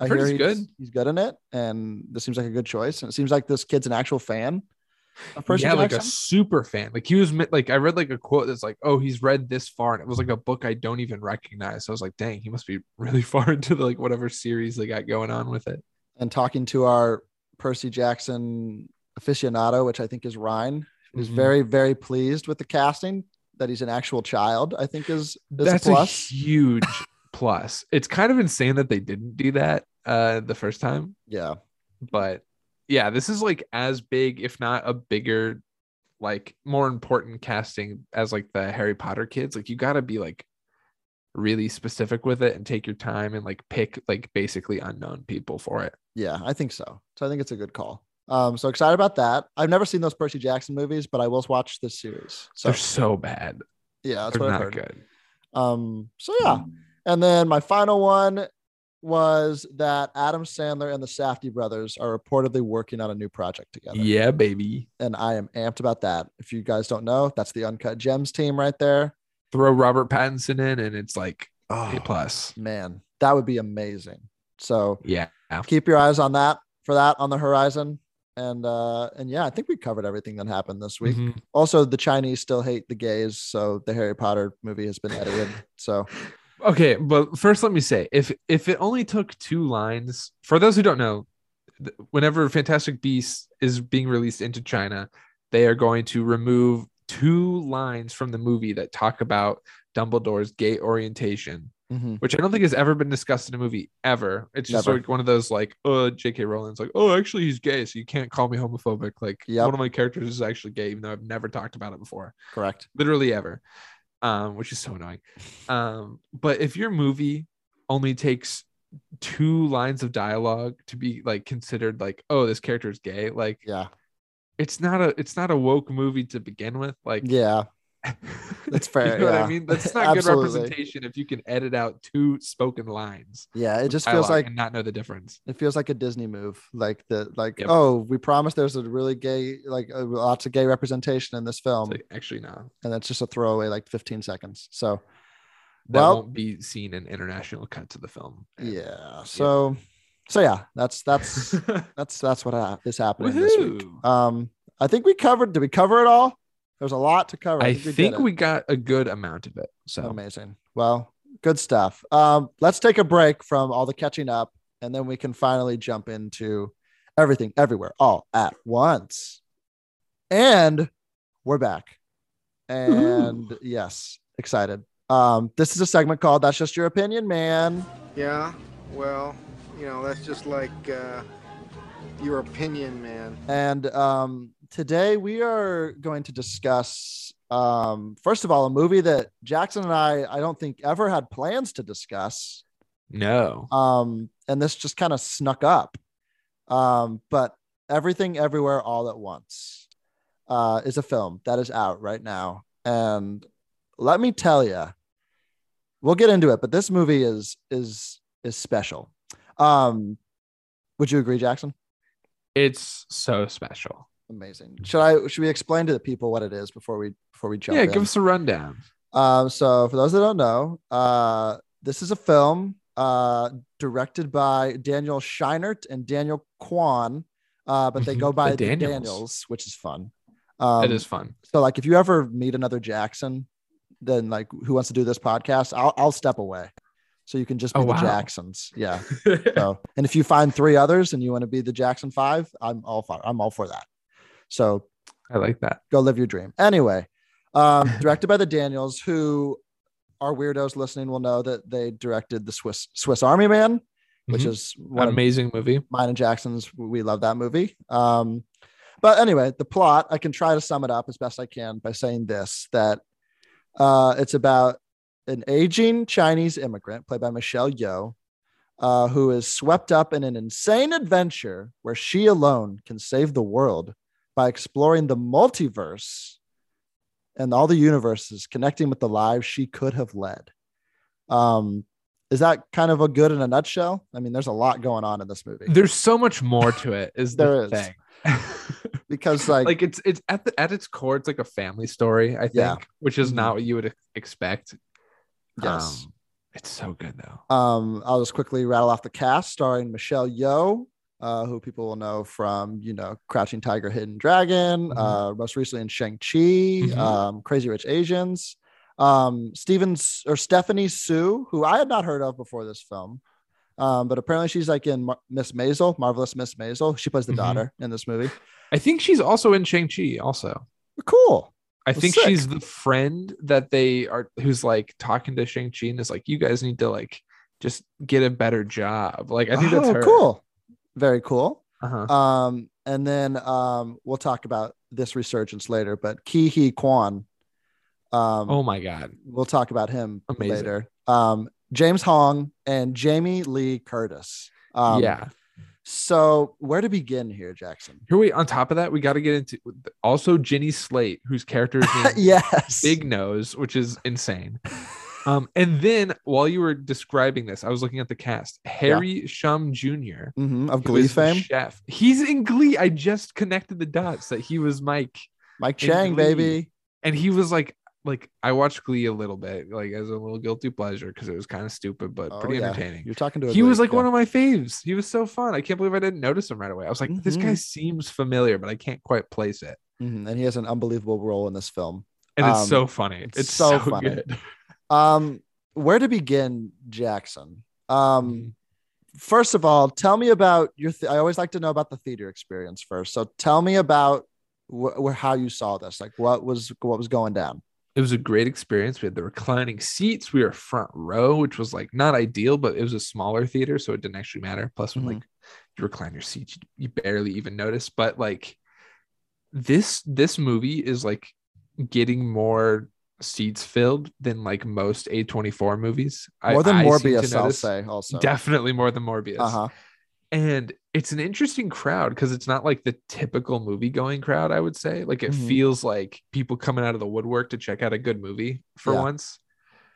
I I've heard hear he's he's- good. He's good in it, and this seems like a good choice. And it seems like this kid's an actual fan of Percy yeah, like a Jackson. super fan. Like he was mi- like I read like a quote that's like, "Oh, he's read this far," and it was like a book I don't even recognize. So I was like, "Dang, he must be really far into the, like whatever series they got going on with it." and talking to our Percy Jackson aficionado, which I think is Ryan, who's Mhm. very, very pleased with the casting. That he's an actual child, I think is, is That's a a, plus. huge plus. It's kind of insane that they didn't do that uh the first time, Yeah. but yeah, this is like as big, if not a bigger, like more important casting as like the Harry Potter kids. Like you got to be like really specific with it and take your time and like pick like basically unknown people for it. Yeah, I think so. So I think it's a good call. Um, so excited about that. I've never seen those Percy Jackson movies, but I will watch this series. So They're so bad. yeah, that's They're what I've not heard. good. Mm. Um, so yeah. And then my final one was that Adam Sandler and the Safdie brothers are reportedly working on a new project together. Yeah, baby. And I am amped about that. If you guys don't know, that's the Uncut Gems team right there. Throw Robert Pattinson in, and it's like Ah. Oh, a plus. Man, that would be amazing. So Yeah. keep your eyes on that for that on the horizon. And uh, and yeah, I think we covered everything that happened this week. Mhm. also the chinese still hate the gays so the harry potter movie has been edited so Okay, but first let me say if if it only took two lines, for those who don't know, th- whenever Fantastic Beasts is being released into China, they are going to remove two lines from the movie that talk about Dumbledore's gay orientation, mm-hmm. which I don't think has ever been discussed in a movie ever. It's just Never. like one of those like, oh, J.K. Rowling's like, oh, actually he's gay, so you can't call me homophobic. Like Yep. one of my characters is actually gay, even though I've never talked about it before correct literally ever um which is so annoying um but if your movie only takes two lines of dialogue to be like considered like oh this character is gay like yeah it's not a it's not a woke movie to begin with like yeah that's fair, you know what yeah. i mean that's not good Absolutely. representation if you can edit out two spoken lines yeah it of just feels dialogue like and not know the difference it feels like a disney move like the like Yep. oh we promised there's a really gay like uh, lots of gay representation in this It's film like, actually no and that's just a throwaway like 15 seconds so that Well- won't be seen in international cuts of the film yeah so so yeah that's that's that's that's what I, is happening this week Woohoo. um i think we covered did we cover it all there's a lot to cover I did think it. we got a good amount of it. So Amazing. Well, good stuff. Um, let's take a break from all the catching up, and then we can finally jump into everything, everywhere, all at once. And we're back. And yes, excited. Um, this is a segment called "That's Just Your Opinion, Man." Yeah, well, you know, that's just like uh, your opinion, man. And um, today we are going to discuss, um, first of all, a movie that Jackson and I, I don't think ever had plans to discuss. no. um, and this just kind of snuck up. Um, but everything, everywhere, all at once uh, is a film that is out right now, and let me tell you, we'll get into it. But this movie is is is special. Um, would you agree, Jackson? It's so special. Amazing. Should I should we explain to the people what it is before we before we jump? yeah, in? give us a rundown. Um, so for those that don't know, uh, this is a film uh, directed by Daniel Scheinert and Daniel Kwan, uh, but they Mhm, go the by the Daniels. Daniels. which is fun. Um, That is fun. so like if you ever meet another Jackson, then like who wants to do this podcast? I'll I'll step away, so you can just be Oh, wow. the Jacksons. Yeah. So and if you find three others and you want to be the Jackson Five, I'm all for I'm all for that. So I like that. go live your dream. Anyway, Um, directed by the Daniels, who our weirdos listening will know that they directed the Swiss Swiss Army Man, which Mhm. is one of Amazing movie. mine and Jackson's. We love that movie. Um, but anyway, the plot I can try to sum it up as best I can by saying this: that uh, it's about an aging Chinese immigrant played by Michelle Yeoh, uh, who is swept up in an insane adventure where she alone can save the world by exploring the multiverse and all the universes, connecting with the lives she could have led. Um, is that kind of a good in a nutshell? I mean, there's a lot going on in this movie There's so much more to it. Is There the is. thing. because, like, like it's it's at the at its core it's like a family story i think Yeah. which is Mhm. not what you would ex- expect yes. Um, it's so good though Um, I'll just quickly rattle off the cast starring Michelle Yeoh, uh, who people will know from you know Crouching Tiger, Hidden Dragon, Mhm. uh, most recently in Shang Chi, Mhm. um, Crazy Rich Asians. Um, Steven S- or Stephanie Sue, who I had not heard of before this film, um, but apparently she's like in Mar- Miss Maisel, marvelous Miss Maisel. She plays the Mhm. daughter in this movie. i think she's also in shang-chi also Cool. i Well, think sick. she's the friend that they are who's like talking to shang-chi and is like you guys need to like just get a better job like i think that's Oh, her cool. Very cool. uh-huh. Um, and then um, we'll talk about this resurgence later, but Ki Hee Kwan. Um, oh my god we'll talk about him Amazing. later. Um, James Hong and Jamie Lee Curtis. Um, yeah So where to begin here, Jackson? here we on top of that we got to get into also jenny slate whose character is named yes. big nose, which is insane. Um, and then while you were describing this, I was looking at the cast. Harry Shum Jr. Mhm, of who Glee is the fame. Chef. He's in Glee. I just connected the dots that he was Mike. Mike in Chang, Glee. baby. And he was like, like I watched Glee a little bit, like as a little guilty pleasure, because it was kind of stupid, but Oh, pretty yeah. entertaining. You're talking to a He was like one one of my faves. He was so fun. I can't believe I didn't notice him right away. I was like, this Mm-hmm. guy seems familiar, but I can't quite place it. and he has an unbelievable role in this film. And it's Um, so funny. it's It's, so so, funny. good. Um, where to begin, Jackson? Um, Mm-hmm. first of all, tell me about your. Th- I always like to know about the theater experience first. So tell me about wh- wh- how you saw this. Like what was what was going down? it was a great experience. We had the reclining seats. We were front row, which was like not ideal, but it was a smaller theater, so it didn't actually matter. Plus, when Mhm. like you recline your seat, you, you barely even notice. But like this, this movie is like getting more seats filled than like most A24 movies. More than seem to Morbius, I'll notice. say. Also, Definitely more than Morbius. uh huh. And it's an interesting crowd because it's not like the typical movie going crowd, I would say. Like it Mhm. feels like people coming out of the woodwork to check out a good movie for Yeah. once.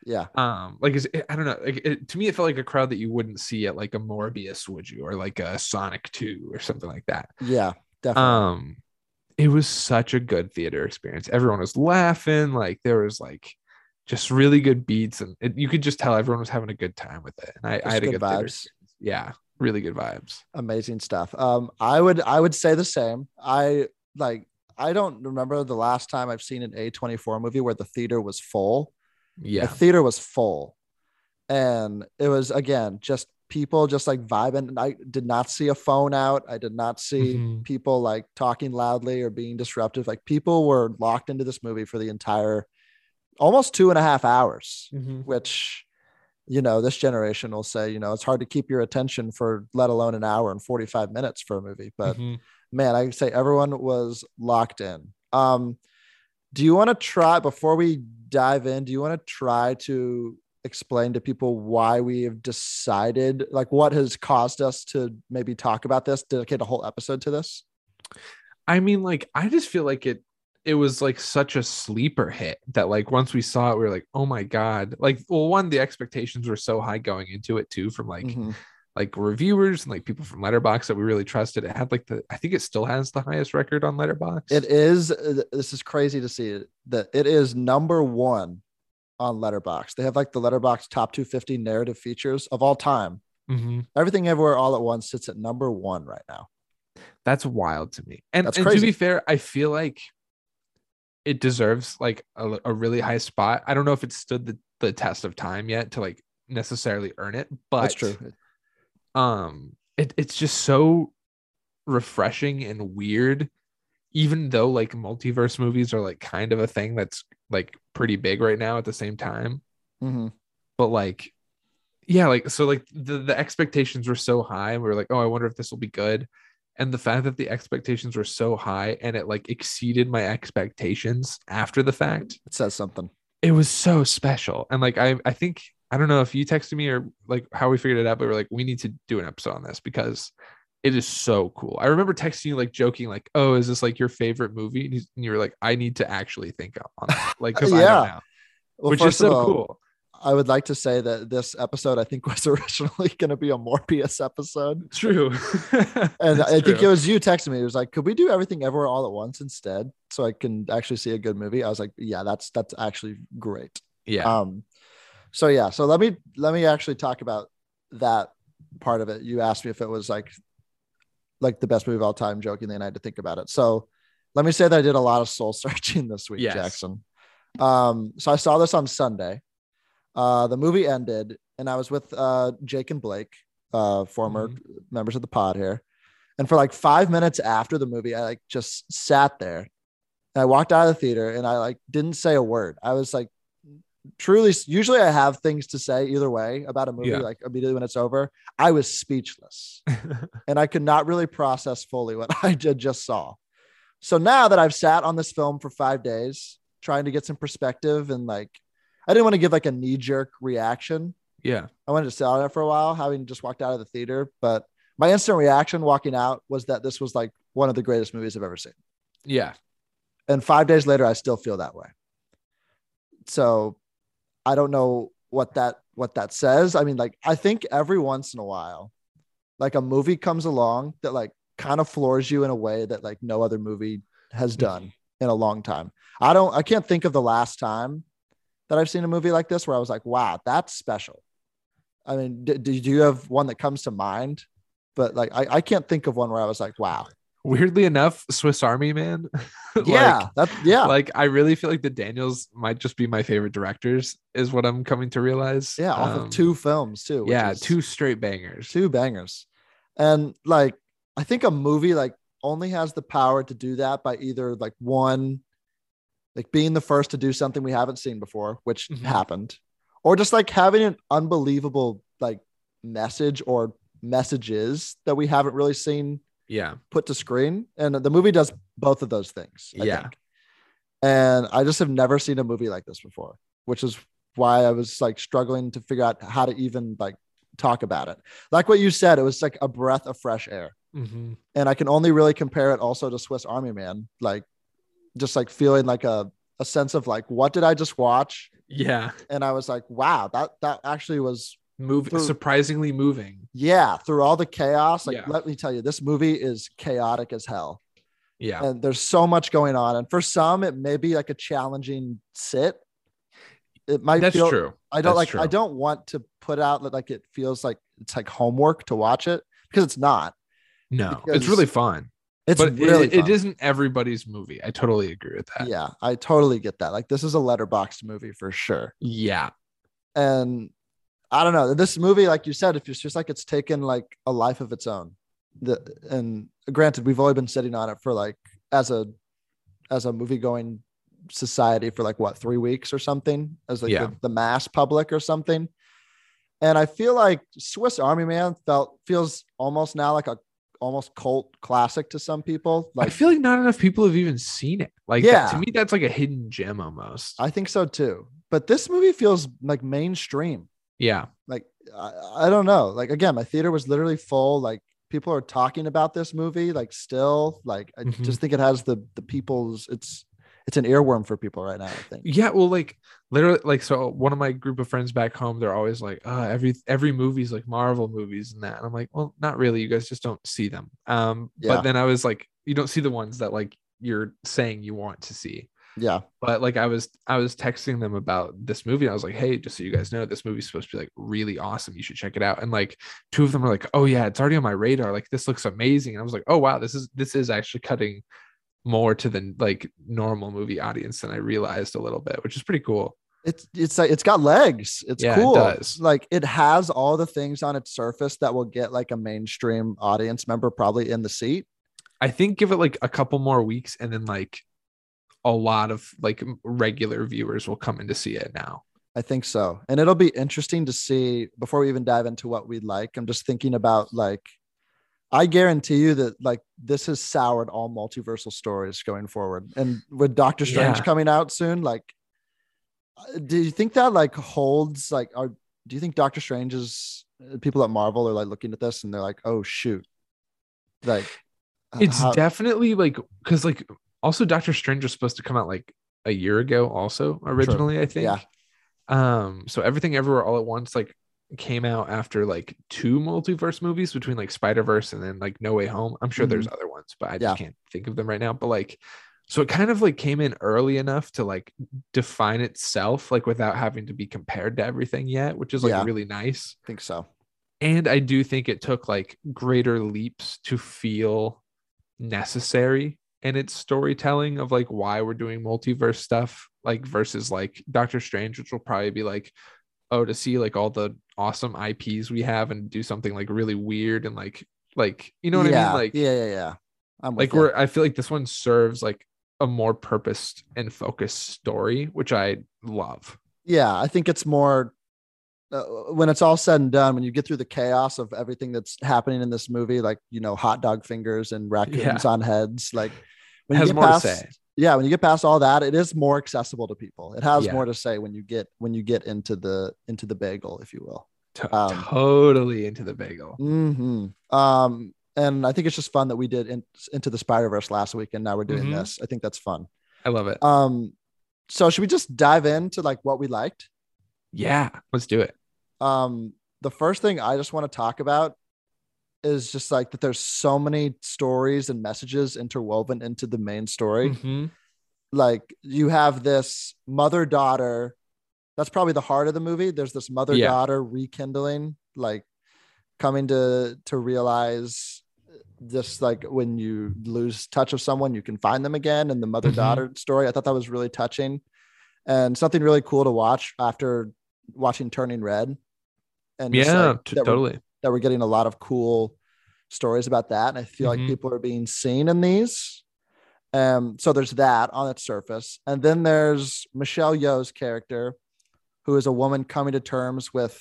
Yeah, Um, like it's, I don't know. Like it, to me, it felt like a crowd that you wouldn't see at like a Morbius, would you, or like a Sonic Two or something like that. yeah, definitely. Um, it was such a good theater experience. Everyone was laughing. Like there was like just really good beats, and it, you could just tell everyone was having a good time with it. And I, I Just had a good good theater vibes. experience. Yeah, really good vibes. Amazing stuff. Um, I would I would say the same. I like I don't remember the last time I've seen an A twenty four movie where the theater was full. Yeah. the theater was full and it was again just people just like vibing And i did not see a phone out i did not see Mhm. people like talking loudly or being disruptive like people were locked into this movie for the entire almost two and a half hours Mm-hmm. which you know this generation will say you know it's hard to keep your attention for let alone an hour and 45 minutes for a movie but Mhm. man, I say everyone was locked in. Um, do you want to try before we dive in? Do you want to try to explain to people why we have decided, like, what has caused us to maybe talk about this, dedicate a whole episode to this? I mean, like, I just feel like it it was like such a sleeper hit that like once we saw it, we were like, oh my god. Like, well, one, the expectations were so high going into it too, from like Mhm. like reviewers and like people from Letterbox that we really trusted. It had like the I think it still has the highest record on Letterbox. It is. uh, This is crazy to see it, that it is number one on Letterbox. They have like the Letterbox top 250 narrative features of all time. Mhm. Everything Everywhere All at Once sits at number one right now. That's wild to me. And, That's and to crazy. be fair, I feel like it deserves like a, a really high spot. I don't know if it stood the, the test of time yet to like necessarily earn it, but That's true. um it, it's just so refreshing and weird even though like multiverse movies are like kind of a thing that's like pretty big right now at the same time hmm but like yeah like so like the, the expectations were so high and we were like oh i wonder if this will be good and the fact that the expectations were so high and it like exceeded my expectations after the fact It says something. it was so special and like i i think i don't know if you texted me or like how we figured it out but we were like we need to do an episode on this because it is so cool i remember texting you like joking like oh is this like your favorite movie and you, and you were like i need to actually think on that like because i don't Yeah. know Well, which is first of so all, cool I would like to say that this episode, I think, was originally going to be a Morbius episode. true And That's I think true. it was you texting me. It was like, could we do everything everywhere all at once instead? So I can actually see a good movie. I was like, yeah, that's that's actually great. yeah Um, so yeah, so let me let me actually talk about that part of it. You asked me if it was like like the best movie of all time, jokingly, and I had to think about it. So let me say that I did a lot of soul searching this week, Yes. Jackson. Um, so I saw this on Sunday. Uh, the movie ended, and I was with uh, Jake and Blake, uh, former members of the pod here. And for like five minutes after the movie, I like just sat there. And I walked out of the theater and I like didn't say a word. I was like truly usually I have things to say either way about a movie, Yeah. like immediately when it's over. I was speechless and I could not really process fully what I did, just saw. So now that I've sat on this film for five days, trying to get some perspective and like I didn't want to give like a knee-jerk reaction. yeah I wanted to sit on it for a while, having just walked out of the theater. But my instant reaction walking out was that this was like one of the greatest movies I've ever seen. yeah And five days later, I still feel that way. So I don't know what that what that says. I mean, like I think every once in a while, like a movie comes along that like kind of floors you in a way that like no other movie has done in a long time. I don't I can't think of the last time that I've seen a movie like this where I was like, wow, that's special. I mean, d- do you have one that comes to mind? But like, I, I can't think of one where I was like, wow. weirdly enough swiss army man Like, yeah. That, yeah. like I really feel like the Daniels might just be my favorite directors, is what I'm coming to realize. yeah. Off Um, of two films too. which yeah, is two straight bangers. two bangers. And like, I think a movie like only has the power to do that by either like one, like being the first to do something we haven't seen before, which Mhm. happened, or just like having an unbelievable like message or messages that we haven't really seen yeah, put to screen. And the movie does both of those things. I Yeah. Think. And I just have never seen a movie like this before, which is why I was like struggling to figure out how to even like talk about it. Like what you said, it was like a breath of fresh air. Mhm. And I can only really compare it also to Swiss Army Man, like just like feeling like a, a sense of like, what did I just watch? yeah, And I was like, wow, that that actually was move Through- surprisingly moving. yeah, through all the chaos. Like Yeah. let me tell you, this movie is chaotic as hell. Yeah, and there's so much going on. And for some, it may be like a challenging sit. It might that's feel true. I don't That's like I true. don't want to put out like it feels like it's like homework to watch it because it's not. No, it's because really fun, It's but it- really it, uh, it fun. isn't everybody's movie. I totally agree with that. Yeah, I totally get that. Like this is a letterboxed movie for sure. Yeah, And I don't know. This movie, like you said, if it's just like it's taken like a life of its own. The, and granted, we've only been sitting on it for like as a as a movie going society for like what three weeks or something as like Yeah. the, the mass public or something and i feel like swiss army man felt feels almost now like a almost cult classic to some people like I feel like not enough people have even seen it. Like, Yeah. to me, that's like a hidden gem almost. i think so too but this movie feels like mainstream yeah, like I, I don't know like again my theater was literally full like people are talking about this movie like still like i Mhm. just think it has the the people's it's it's an earworm for people right now i think Yeah, well, like literally, like so. One of my group of friends back home, they're always like, uh, every every movie's like Marvel movies and that. And I'm like, well, not really. You guys just don't see them. Um, Yeah. but then I was like, you don't see the ones that like you're saying you want to see. yeah But like I was I was texting them about this movie. I was like, hey, just so you guys know, this movie's supposed to be like really awesome. You should check it out. And like two of them were like, oh yeah, it's already on my radar. Like this looks amazing. And I was like, oh wow, this is this is actually cutting more to the like normal movie audience than I realized a little bit, which is pretty cool. it's it's like it's got legs. It's Yeah, it cool. does. Like it has all the things on its surface that will get like a mainstream audience member probably in the seat. I think give it like a couple more weeks and then like a lot of like regular viewers will come in to see it now. I think so. And it'll be interesting to see before we even dive into what we like. I'm just thinking about like I guarantee you that like this has soured all multiversal stories going forward. And with Doctor Strange Yeah. coming out soon, like uh, do you think that like holds like are do you think Doctor Strange's uh, people at Marvel are like looking at this and they're like, "Oh shoot." Like uh, It's how- definitely like because like also Doctor Strange was supposed to come out like a year ago, also originally, I think. Yeah. Um, so everything everywhere all at once like came out after like two multiverse movies between like Spider-Verse and then like No Way Home. I'm sure Mm-hmm. there's other ones, but I just can't think of them right now. But like so it kind of like came in early enough to like define itself like without having to be compared to everything yet, which is like Yeah. really nice I think so. and i do think it took like greater leaps to feel necessary in its storytelling of like why we're doing multiverse stuff like versus like doctor strange which will probably be like oh to see like all the awesome ips we have and do something like really weird and like like you know what i yeah. mean like yeah, yeah, yeah. I'm with like you. we're i feel like this one serves like a more purposed and focused story which i love yeah i think it's more uh, when it's all said and done when you get through the chaos of everything that's happening in this movie like you know hot dog fingers and raccoons on heads like when you has get more past to say yeah when you get past all that it is more accessible to people it has Yeah. more to say when you get when you get into the into the bagel if you will To- um, totally into the bagel hmm um and i think it's just fun that we did in, into the spider verse last week and now we're doing Mhm. this i think that's fun i love it um so should we just dive into like what we liked yeah let's do it um the first thing i just want to talk about is just like that there's so many stories and messages interwoven into the main story Mhm. like you have this mother daughter that's probably the heart of the movie there's this mother daughter rekindling like coming to to realize just like when you lose touch of someone you can find them again and the Mm-hmm. mother daughter story i thought that was really touching and something really cool to watch after watching turning red and just, Yeah, like, t- that we're- totally. that we're getting a lot of cool stories about that. And I feel Mhm. like people are being seen in these. Um, so there's that on its surface. And then there's Michelle Yeoh's character, who is a woman coming to terms with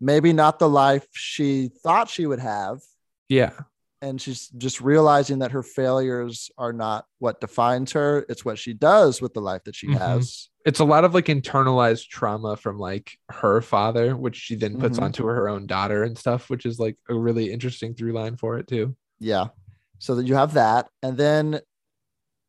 maybe not the life she thought she would have. Yeah. And she's just realizing that her failures are not what defines her, it's what she does with the life that she Mhm. has. It's a lot of like internalized trauma from like her father, which she then puts Mhm. onto her own daughter and stuff, which is like a really interesting through line for it too. Yeah. So that you have that. And then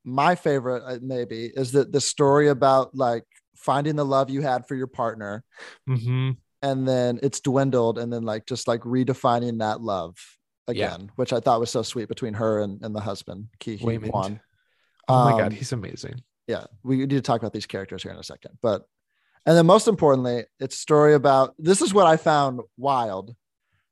my favorite, uh, maybe, is that the story about like finding the love you had for your partner Mm-hmm. and then it's dwindled and then like just like redefining that love Yeah. again, which I thought was so sweet between her and, and the husband, Ki Hee Waymond. Kwan. Oh my Um, God. He's amazing. yeah, we need to talk about these characters here in a second. But and then most importantly, it's a story about this is what I found wild.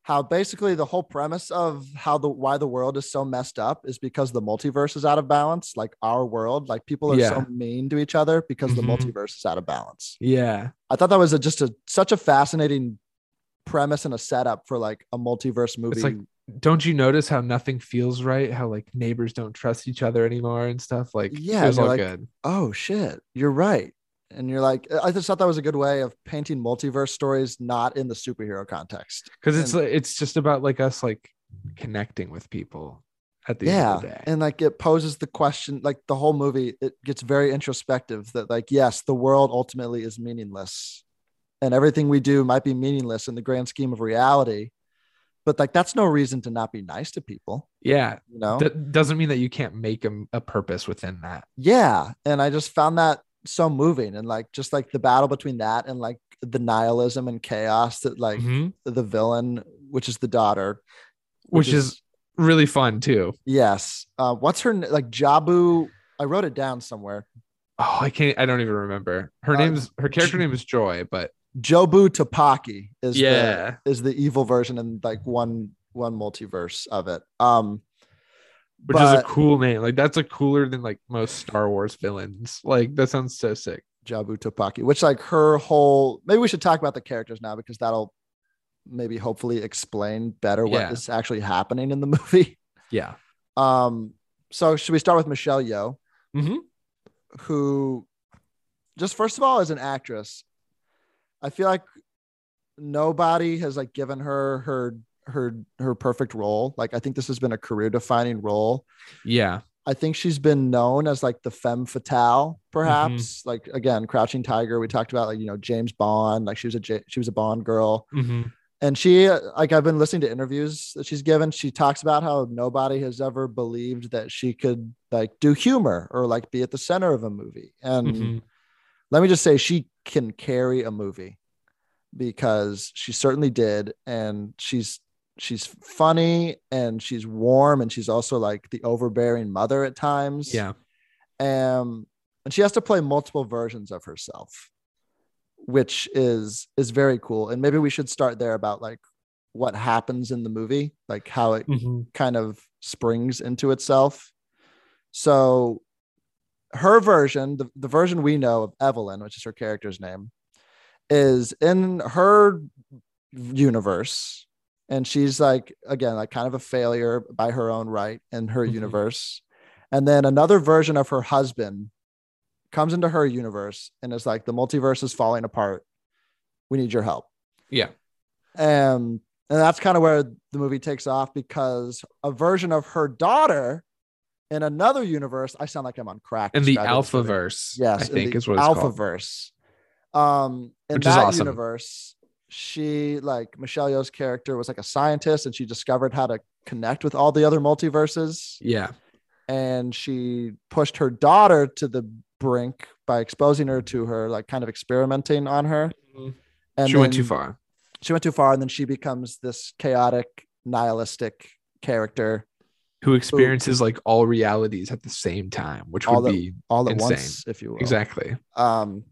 How basically the whole premise of how the why the world is so messed up is because the multiverse is out of balance. Like our world, like people are so Yeah. mean to each other because Mhm. the multiverse is out of balance. Yeah. I thought that was a, just a such a fascinating premise and a setup for like a multiverse movie. like- Don't you notice how nothing feels right? How like neighbors don't trust each other anymore and stuff? Like, Yeah, it was they're all like- good. oh shit, you're right. And you're like, I just thought that was a good way of painting multiverse stories not in the superhero context. Cause it's and- like, it's just about like us like connecting with people at the end yeah of the day. and like it poses the question like the whole movie it gets very introspective that like yes the world ultimately is meaningless and everything we do might be meaningless in the grand scheme of reality but like that's no reason to not be nice to people yeah. you know That doesn't mean that you can't make a, a purpose within that. yeah and i just found that so moving and like just like the battle between that and like the nihilism and chaos that like Mhm. the villain which is the daughter Which is really fun too. yes uh what's her n- like jabu i wrote it down somewhere Oh, I can't. I don't even remember her Uh, name's her character J- name is Joy, but Jobu Tapaki is yeah, the is the evil version and like one one multiverse of it. Um which is a but- cool name. Like that's a cooler than like most Star Wars villains. Like that sounds so sick. Jabu Tapaki, which like her whole maybe we should talk about the characters now because that'll maybe hopefully explain better what Yeah. is actually happening in the movie. Yeah, Um, so should we start with Michelle Yeoh? Mm-hmm. who just first of all as an actress i feel like nobody has like given her her her her perfect role like i think this has been a career defining role Yeah. i think she's been known as like the femme fatale perhaps like again crouching tiger we talked about like you know james bond like she was a J- she was a bond girl Mm-hmm. and she uh, like i've been listening to interviews that she's given she talks about how nobody has ever believed that she could like do humor or like be at the center of a movie and Mm-hmm. let me just say she can carry a movie because she certainly did and she's she's funny and she's warm and she's also like the overbearing mother at times Yeah. um and she has to play multiple versions of herself which is is very cool and maybe we should start there about like what happens in the movie like how it Mm-hmm. kind of springs into itself so her version the, the version we know of evelyn which is her character's name is in her universe and she's like again like kind of a failure by her own right in her Mhm. universe and then another version of her husband comes into her universe and is like the multiverse is falling apart we need your help Yeah. um, and that's kind of where the movie takes off because a version of her daughter in another universe i sound like i'm on crack And the describing this Alpha movie. verse. Yes, I in think the is what it's called. Alphaverse. Um, in Which is that awesome. universe, she like Michelle Yeoh's character was like a scientist, and she discovered how to connect with all the other multiverses, Yeah. and she pushed her daughter to the brink by exposing her to her like kind of experimenting on her. Mhm. And she went too then- far. She went too far, and then she becomes this chaotic, nihilistic character Who experiences like all realities at the same time, which All would that- be all at Insane. once, if you will. exactly. um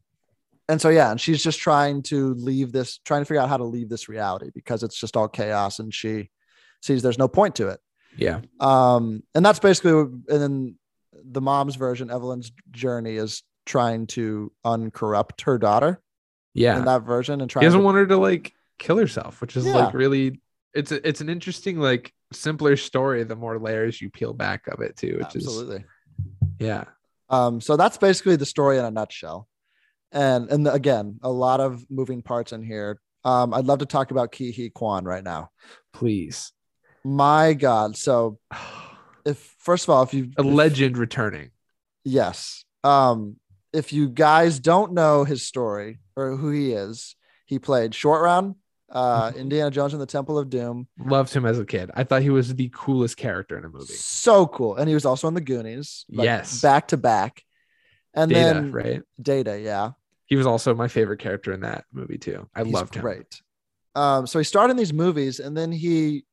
and so yeah and she's just trying to leave this trying to figure out how to leave this reality because it's just all chaos and she sees there's no point to it Yeah. um and that's basically what- and then the mom's version evelyn's journey is trying to uncorrupt her daughter Yeah. in that version and he trying doesn't to want her to like kill herself, which is like Yeah. really it's a, it's an interesting like simpler story. The more layers you peel back of it too, which absolutely is yeah, um so that's basically the story in a nutshell and and again a lot of moving parts in here um i'd love to talk about ki hee kwan right now please my god so if first of all if you a if- legend returning. Yes. Um, if you guys don't know his story or who he is, he played Short Round, uh, Mhm. Indiana Jones and the Temple of Doom. Loved him as a kid. I thought he was the coolest character in a movie. So cool. And he was also in the Goonies. Yes. Back to back. And Data, then right? Data, yeah. He was also my favorite character in that movie too. I He's loved him. Great. Um, so he starred in these movies and then he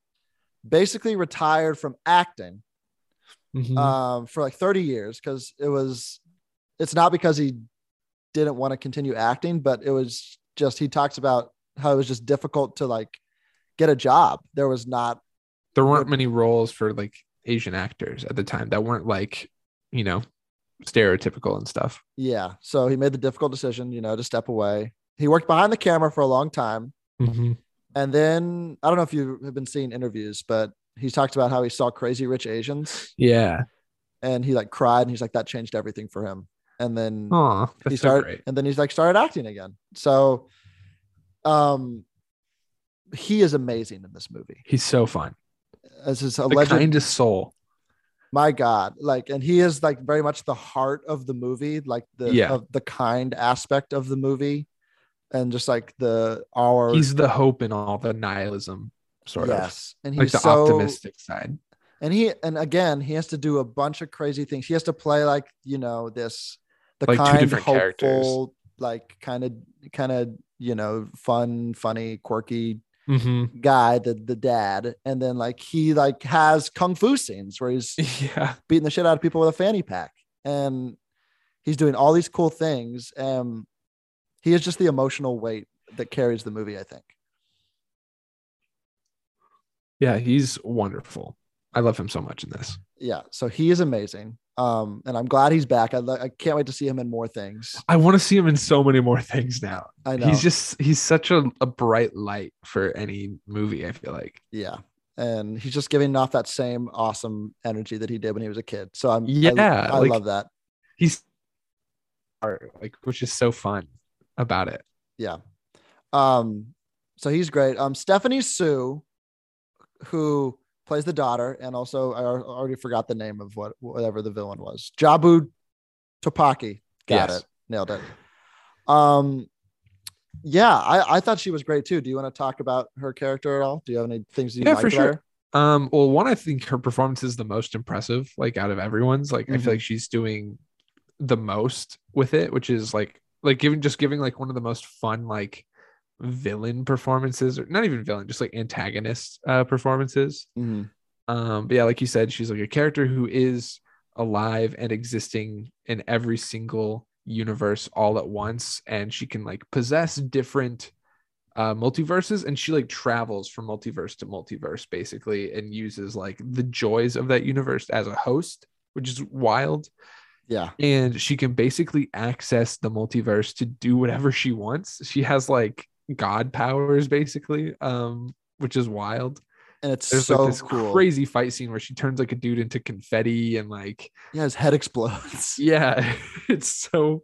basically retired from acting Mhm. um, for like 30 years because it was it's not because he didn't want to continue acting but it was just he talks about how it was just difficult to like get a job there was not there weren't many roles for like Asian actors at the time that weren't like you know stereotypical and stuff. yeah so he made the difficult decision you know to step away he worked behind the camera for a long time Mm-hmm. Mhm. and then i don't know if you have been seeing interviews but he talked about how he saw crazy rich asians Yeah. and he like cried and he's like that changed everything for him and then Oh, that's he so started great. and then he's like started acting again so um he is amazing in this movie He's so fun. as his a The legend kindest soul. my god like and he is like very much the heart of the movie like the Yeah. of the kind aspect of the movie and just like the our He's the hope in all the nihilism, sort of yes and like he's the so optimistic side. and he and again he has to do a bunch of crazy things he has to play like you know this the Like two kind different hopeful characters. like kind of kind of you know fun funny quirky Mm-hmm. guy the the dad and then like he like has kung fu scenes where he's Yeah. beating the shit out of people with a fanny pack and he's doing all these cool things um he is just the emotional weight that carries the movie i think Yeah. He's wonderful. I love him so much in this. yeah so he is amazing um and i'm glad he's back i, lo- I can't wait to see him in more things I want to see him in so many more things now. i know He's just, he's such a, a bright light for any movie, I feel like. yeah and he's just giving off that same awesome energy that he did when he was a kid. So I'm I- Yeah, I, like- love that. He's art, like, which is so fun about it. Yeah. Um, so he's great. Um, Stephanie Sue, who plays the daughter, and also I al- already forgot the name of what whatever the villain was. Jabu Topaki. Got Yes. it. Nailed it. Um yeah, I, I thought she was great too. Do you want to talk about her character at all? Do you have any things you Yeah, liked for about sure. her? Um, well, one, I think her performance is the most impressive, like out of everyone's. Like, I Mhm. feel like she's doing the most with it, which is like, like giving just giving like one of the most fun like villain performances, or not even villain, just like antagonist uh, performances. Mhm. Um, but yeah, like you said, she's like a character who is alive and existing in every single universe all at once, and she can like possess different uh multiverses and she like travels from multiverse to multiverse basically and uses like the joys of that universe as a host which is wild Yeah. and she can basically access the multiverse to do whatever she wants she has like god powers basically um which is wild And it's there's so like this cool. crazy fight scene where she turns like a dude into confetti and like Yeah, his head explodes. yeah it's so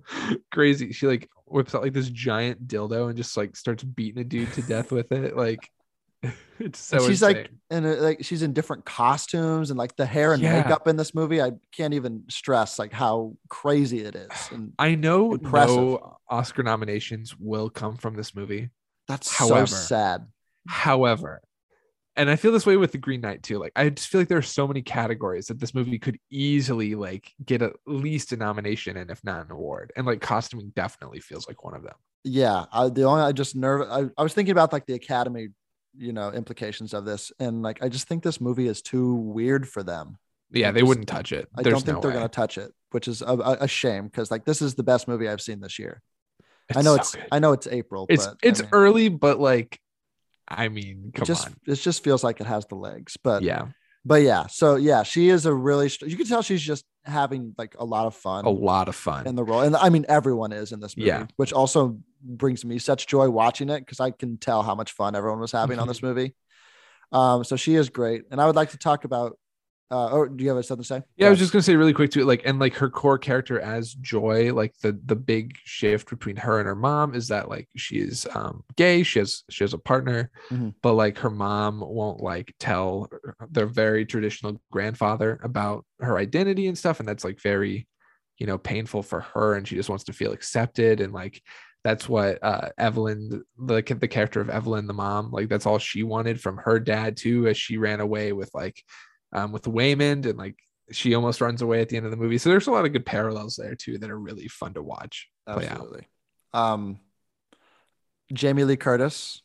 crazy she like whips out like this giant dildo and just like starts beating a dude to death with it like it's so And she's, she's like, and uh, like she's in different costumes and like the hair and Yeah. makeup in this movie i can't even stress like how crazy it is and i know impressive. no oscar nominations will come from this movie that's However. so sad however and i feel this way with the green knight too like i just feel like there are so many categories that this movie could easily like get at least a nomination and if not an award and like costuming definitely feels like one of them yeah I, the only i just nerve I, I was thinking about like the academy you know implications of this and like i just think this movie is too weird for them yeah Like, they just- wouldn't touch it i There's don't think no they're way. gonna touch it which is a, a, a shame because like this is the best movie i've seen this year i It's know so it's good. i know it's april it's but, I it's mean, early, but like, I mean, it come just on, it just feels like it has the legs but yeah, but yeah so yeah she is a really str- you can tell she's just having like a lot of fun a lot of fun. in the role and i mean everyone is in this movie Oh. Yeah. which also brings me such joy watching it because i can tell how much fun everyone was having Mm-hmm. on this movie um so she is great and i would like to talk about uh oh do you have something to say yeah, I was just gonna say really quick too, like, and like her core character as Joy, like the the big shift between her and her mom is that like she is um gay, she has she has a partner, Mhm. but like her mom won't like tell their very traditional grandfather about her identity and stuff, and that's like very, you know, painful for her, and she just wants to feel accepted and like. That's what uh, Evelyn, the the character of Evelyn, the mom, like that's all she wanted from her dad too, as she ran away with like, um, with Waymond and like she almost runs away at the end of the movie. So there's a lot of good parallels there too that are really fun to watch. play out. absolutely um jamie lee curtis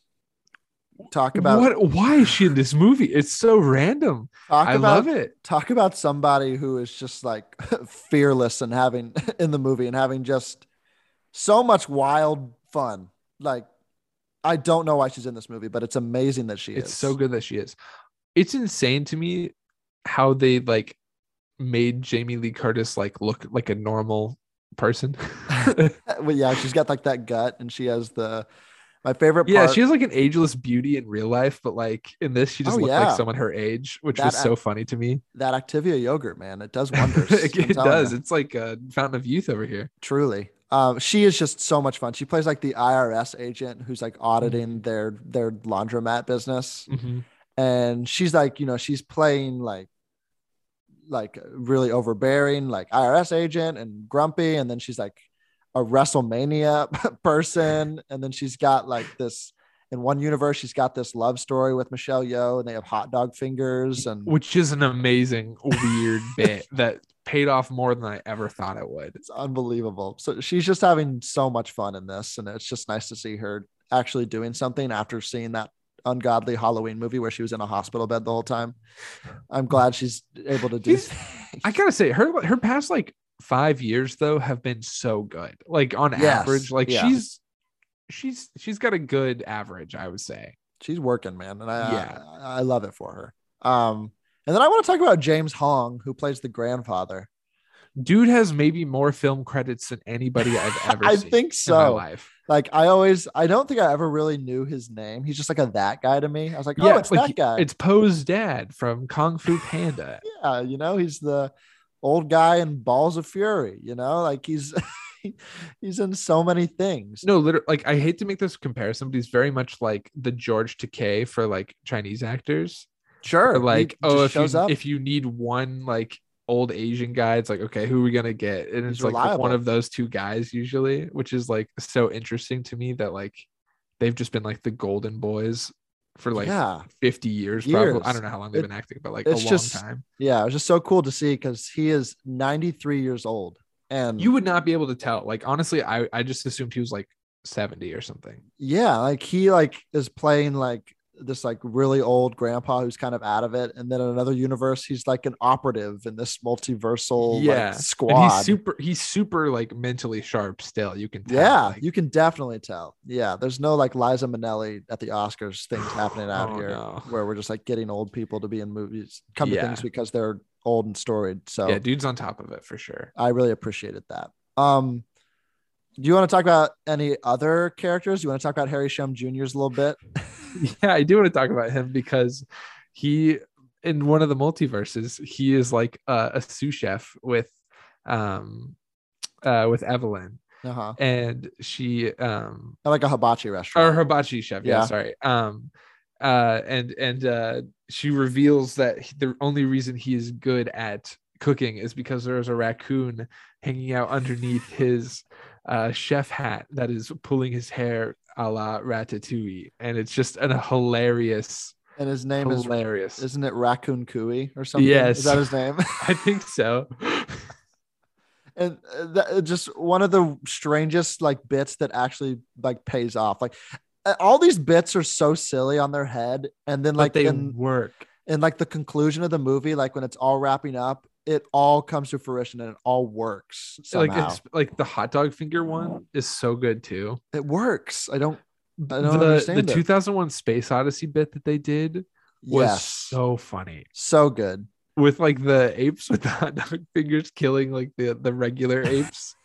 talk about what? Why is she in this movie? It's so random. talk I about love it. talk about somebody who is just like fearless and having in the movie and having just so much wild fun. Like, I don't know why she's in this movie, but it's amazing that she It's is. so good that she is. It's insane to me how they like made Jamie Lee Curtis like look like a normal person. Well, yeah, she's got like that gut, and she has the my favorite part. yeah, she has like an ageless beauty in real life, but like in this, she just Oh, looked yeah. like someone her age, which That was act- so funny to me. that Activia yogurt, man. It does wonders. it I'm it telling does. you, It's like a fountain of youth over here. truly. Um, she is just so much fun. She plays like the IRS agent who's Mm-hmm. like auditing their their laundromat business. Mhm. and she's like you know she's playing like like really overbearing like irs agent and grumpy and then she's like a wrestlemania person and then she's got like this in one universe she's got this love story with michelle yo and they have hot dog fingers and which is an amazing weird bit that paid off more than I ever thought it would. it's unbelievable so she's just having so much fun in this and it's just nice to see her actually doing something after seeing that ungodly halloween movie where she was in a hospital bed the whole time i'm glad she's able to do She's- I gotta say, her her past like five years though have been so good. Like on Yes, average, like yeah. she's she's she's got a good average, I would say. she's working, man, and I Yeah. I, I love it for her. Um, and then I want to talk about James Hong, who plays the grandfather. Dude has maybe more film credits than anybody I've ever I seen think in my so. life. Like I always, I don't think I ever really knew his name. He's just like a that guy to me. I was like, oh, Yeah, it's like, that guy. It's Poe's dad from Kung Fu Panda. yeah, you know, he's the old guy in Balls of Fury. You know, like he's he's in so many things. No, literally, like I hate to make this comparison, but he's very much like the George Takei for like Chinese actors. Sure, Or he like, oh, just if you if you need one like old Asian guy, it's like, okay, who are we gonna get? And it's like He's the- one reliable. of those two guys usually, which is like so interesting to me that like they've just been like the golden boys for like yeah, 50 years, Years. probably. I don't know how long they've It- been acting, but like a long it's just- time. yeah. It was just so cool to see because he is 93 years old, and You would not be able to tell. Like honestly, I I just assumed he was like 70 or something. yeah like he like is playing like this like really old grandpa who's kind of out of it and then in another universe he's like an operative in this multiversal Yeah. like, And squad And he's super he's super like mentally sharp still. You can tell. yeah like, you can definitely tell yeah there's no like liza minnelli at the oscars things happening out Oh, here no. where we're just like getting old people to be in movies come to Yeah. things because they're old and storied so Yeah, dude's on top of it for sure. i really appreciated that um do you want to talk about any other characters? Do you want to talk about Harry Shum Jr.'s a little bit? yeah, I do want to talk about him because he in one of the multiverses, he is like a, a sous chef with um uh with Evelyn Uh-huh. and she um At, like a hibachi restaurant. or hibachi chef, yeah, Yeah. sorry. Um uh and and uh she reveals that he- the only reason he is good at cooking is because there is a raccoon hanging out underneath his uh chef hat that is pulling his hair a la ratatouille and it's just an, a hilarious and his name is hilarious. isn't it Raccoon Cooey or something? Yes. is that his name? I think so. and uh, that, uh, just one of the strangest like bits that actually like pays off. Like uh, all these bits are so silly on their head, and then Like like they in, work. in like the conclusion of the movie, like when it's all wrapping up, it all comes to fruition and it all works Like somehow. it's, like the hot dog finger one is so good too. it works. I don't. I don't the understand the it. 2001 Space Odyssey bit that they did was Yes, so so, funny good. with like the apes with the hot dog fingers killing like the the regular apes.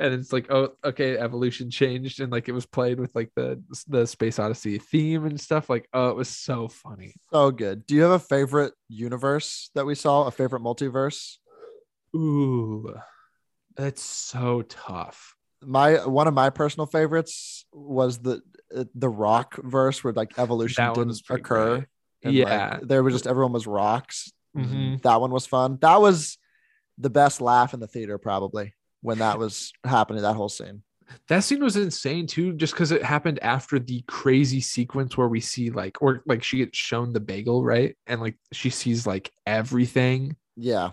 And it's like, oh, okay, evolution changed, and like it was played with like the the Space Odyssey theme and stuff. Like, oh, it was so funny. So good. Do you have a favorite universe that we saw? A favorite multiverse? Ooh, that's so tough. my one of my personal favorites was the uh, the rock verse where like evolution That one didn't was pretty occur. great. and, like, yeah. there were just everyone was rocks. Mm-hmm. Mhm. That one was fun. That was the best laugh in the theater probably when that was happening. That whole scene. That scene was insane too, just because it happened after the crazy sequence where we see like, or like she gets shown the bagel, right? And like she sees like everything. Yeah,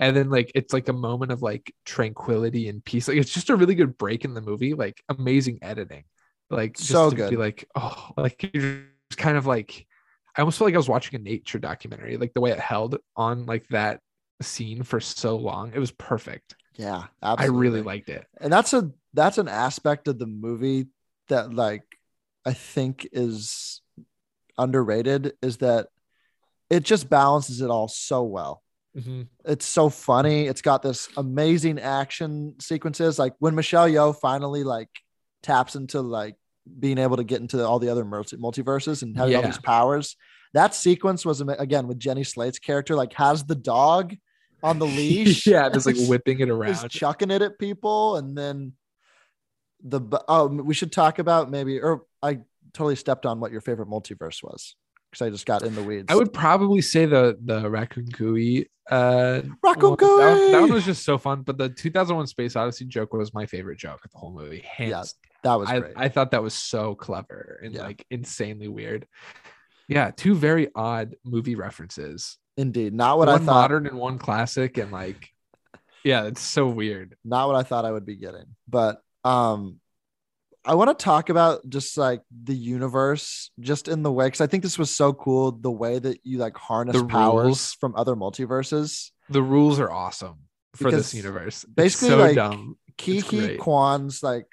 And then like it's like a moment of like tranquility and peace. Like it's just a really good break in the movie. Like amazing editing. Like just So to good. Be like oh, like you're just kind of like I almost feel like I was watching a nature documentary. Like the way it held on like that scene for so long, it was perfect. yeah. I really absolutely. liked it. and that's a that's an aspect of the movie that like i think is underrated is that it just balances it all so well Mhm. it's so funny it's got this amazing action sequences like when michelle yo finally like taps into like being able to get into all the other multi- multiverses and having all Yeah. these powers that sequence was ama- again with jenny slate's character like has the dog on the leash yeah, just like whipping it is around. chucking it at people and then the bu- oh we should talk about maybe or i totally stepped on what your favorite multiverse was because i just got in the weeds I would probably say the the Raccoon Gooey. Uh, Raccoon one. That, one- that one Gooey! was just so fun. But the 2001 Space Odyssey joke was my favorite joke of the whole movie. Hands. Yeah, that was I, great I thought that was so clever and Yeah. like insanely weird. Yeah, two very odd movie references. indeed not what i one thought modern and one classic, and like, yeah, it's so weird. not what i thought i would be getting but um i want to talk about just like the universe just in the way because i think this was so cool the way that you like harness The powers rules. from other multiverses The rules are awesome for Because this universe. It's basically, so like, dumb. Kiki great. Kwan's like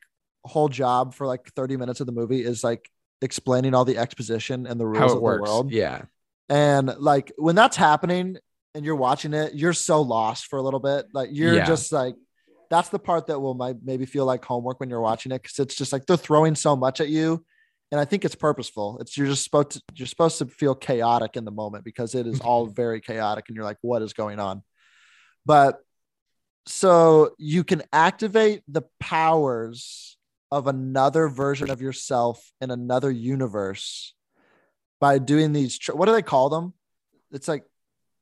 whole job for like 30 minutes of the movie is like explaining all the exposition and the rules How of it the works. world. Yeah, And like when that's happening, and you're watching it, you're so lost for a little bit. Like you're Yeah. just like, that's the part that will might maybe feel like homework when you're watching it because it's just like they're throwing so much at you, and I think it's purposeful. It's you're just supposed to you're supposed to feel chaotic in the moment because it is all very chaotic, and you're like, what is going on? But so you can activate the powers of another version of yourself in another universe by doing these. Tr- what do they call them? It's like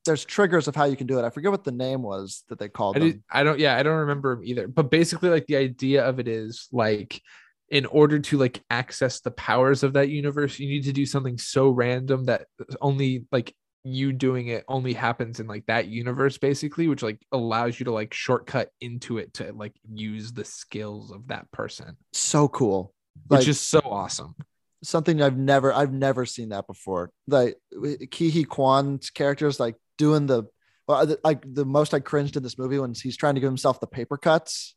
there's triggers of how you can do it. I forget what the name was that they called I, them. did, I don't yeah i don't remember 'em either but basically like the idea of it is like in order to like access the powers of that universe you need to do something so random that only like you doing it only happens in like that universe basically which like allows you to like shortcut into it to like use the skills of that person so cool. which Like- is so awesome Something I've never I've never seen that before. Like Kihi Kwan's characters like doing the well, the- like the most I cringed in this movie when he's trying to give himself the paper cuts.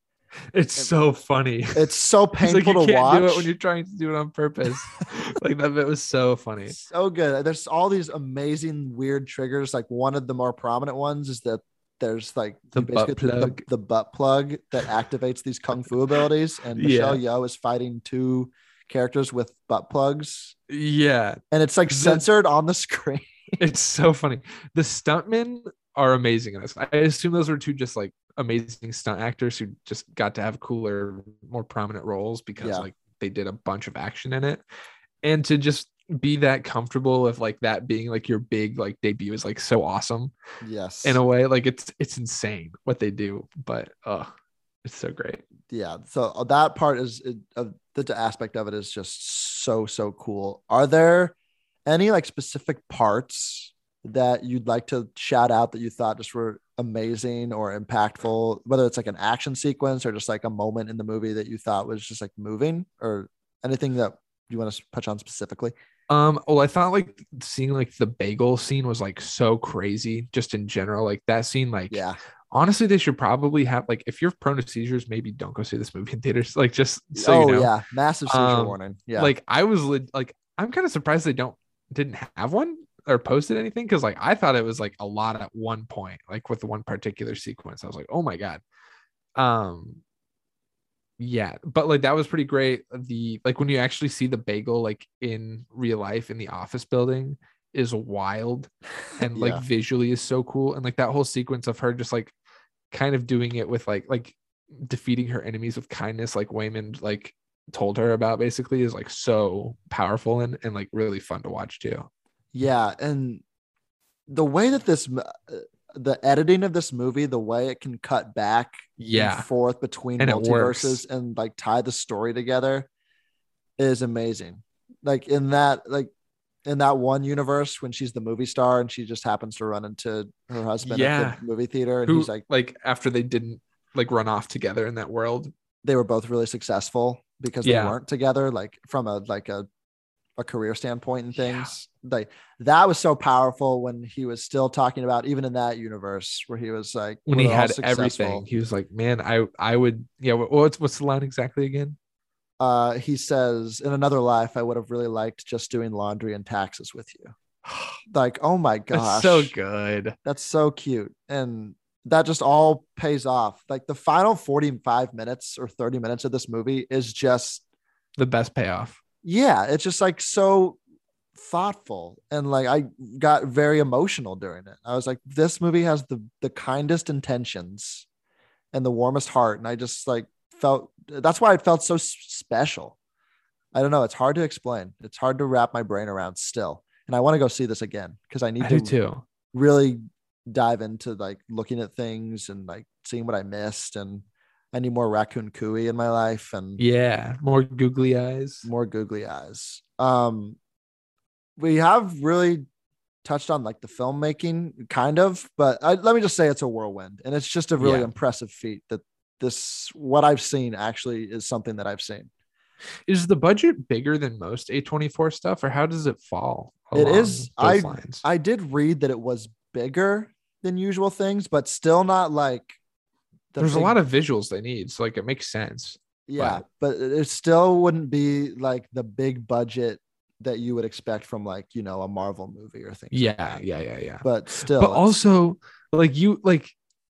it's so funny It's so It's like painful you can't to watch. do it when you're trying to do it on purpose like that bit was so funny so good. There's all these amazing weird triggers. Like one of the more prominent ones is that there's like The you butt basically- plug. The, the butt plug that activates these kung fu abilities. And Yeah. Michelle Yeoh is fighting two characters with butt plugs, yeah and it's like The- censored on the screen. It's so funny. The stuntmen are amazing in this. I assume those were two just like amazing stunt actors who just got to have cooler, more prominent roles because Yeah. like they did a bunch of action in it. And to just be that comfortable with like that being like your big like debut is like so awesome Yes. in a way. Like it's it's insane what they do, but uh it's so great. yeah so uh, that part is it- of the aspect of it is just so so cool are there any like specific parts that you'd like to shout out that you thought just were amazing or impactful whether it's like an action sequence or just like a moment in the movie that you thought was just like moving or anything that you want to touch on specifically Um, well, I thought like seeing like the bagel scene was like so crazy just in general. Like that scene, like yeah honestly they should probably have like if you're prone to seizures maybe don't go see this movie in theaters like just so oh you know yeah massive seizure Um, warning yeah like i was leg- like i'm kind of surprised they don't didn't have one or posted anything because like i thought it was like a lot at one point like with one particular sequence i was like oh my god um yeah but like that was pretty great the like when you actually see the bagel like in real life in the office building is wild and like Yeah. visually is so cool and like that whole sequence of her just like kind of doing it with like like defeating her enemies with kindness like waymond like told her about basically is like so powerful and, and like really fun to watch too Yeah, and the way that this m- uh, the editing of this movie, the way it can cut back yeah and forth between And it works. multiverses and like tie the story together is amazing. Like in that like in that one universe when she's the movie star and she just happens to run into her husband Yeah. at the movie theater and who he's like like like after they didn't like run off together in that world they were both really successful because Yeah. they weren't together like from a like a a career standpoint and things like that was so powerful when he was still talking about even in that universe where he was like when we're he all had successful. everything he was like man i i would yeah wha- what's what's the line exactly again uh he says in another life i would have really liked just doing laundry and taxes with you like oh my gosh that's so good That's so cute. And that just all pays off. Like the final 45 minutes or 30 minutes of this movie is just, the best payoff yeah, it's just like so thoughtful. And like I got very emotional during it. I was like, this movie has the the kindest intentions and the warmest heart. And I just like felt that's why it felt so s- special. I don't know. It's hard to explain. It's hard to wrap my brain around still. And I want to go see this again because I need i do to too really dive into like looking at things and like seeing what I missed and I need more raccoon cooey in my life and yeah more googly eyes more googly eyes. Um we have really touched on like the filmmaking kind of, but I, let me just say it's a whirlwind and it's just a really Yeah. impressive feat that this what I've seen actually is something that I've seen. is the budget bigger than most a24 stuff or how does it fall It along is- those I- lines? I did read that it was bigger than usual things, but still not like the there's a big lot of visuals they need so like it makes sense Yeah, but it still wouldn't be like the big budget that you would expect from like you know a Marvel movie or things. like yeah, that. yeah, yeah, yeah. But still, but it's- also like you like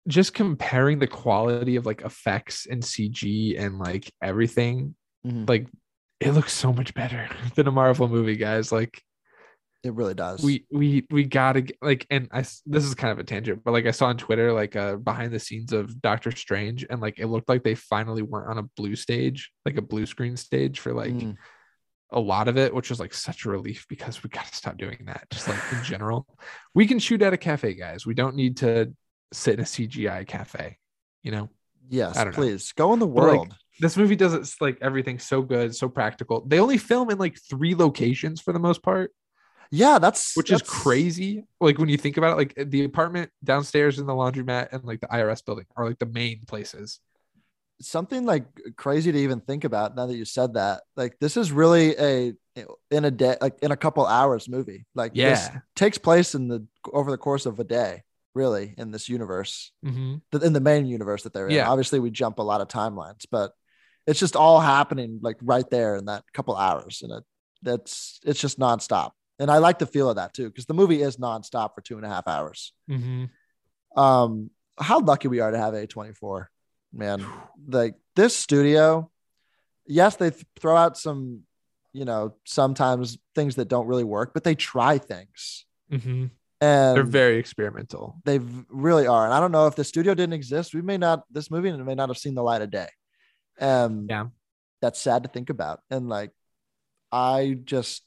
just comparing the quality of like effects and CG and like everything, Mhm. like it looks so much better than a Marvel movie, guys. Like it really does. we we we gotta g- like and i s- this is kind of a tangent but like i saw on twitter like uh behind the scenes of doctor strange and like it looked like they finally weren't on a blue stage like a blue screen stage for like Mm. a lot of it which was like such a relief because we gotta stop doing that just like in general we can shoot at a cafe guys we don't need to sit in a cgi cafe you know yes, I don't know. please go in the But, like, world. this movie does it s- like everything so good so practical they only film in like three locations for the most part yeah, that's which is that's- crazy. Like when you think about it, like the apartment downstairs and the laundromat and like the IRS building are like the main places. Something like crazy to even think about now that you said that. Like this is really a in a day, like in a couple hours movie. Like this Yeah. takes place in the over the course of a day, really, in this universe. Mm-hmm. the- in the main universe that they're in. Yeah. Obviously, we jump a lot of timelines, but it's just all happening like right there in that couple hours, and it that's it's just nonstop. And I like the feel of that too, because the movie is nonstop for two and a half hours. Mm-hmm. Um, how lucky we are to have A24, man. Like this studio, yes, they th- throw out some, you know, sometimes things that don't really work, but they try things. Mm-hmm. And They're very experimental. they v- really are. And I don't know if the studio didn't exist, we may not this movie may not have seen the light of day. Um, Yeah. that's sad to think about. And like, I just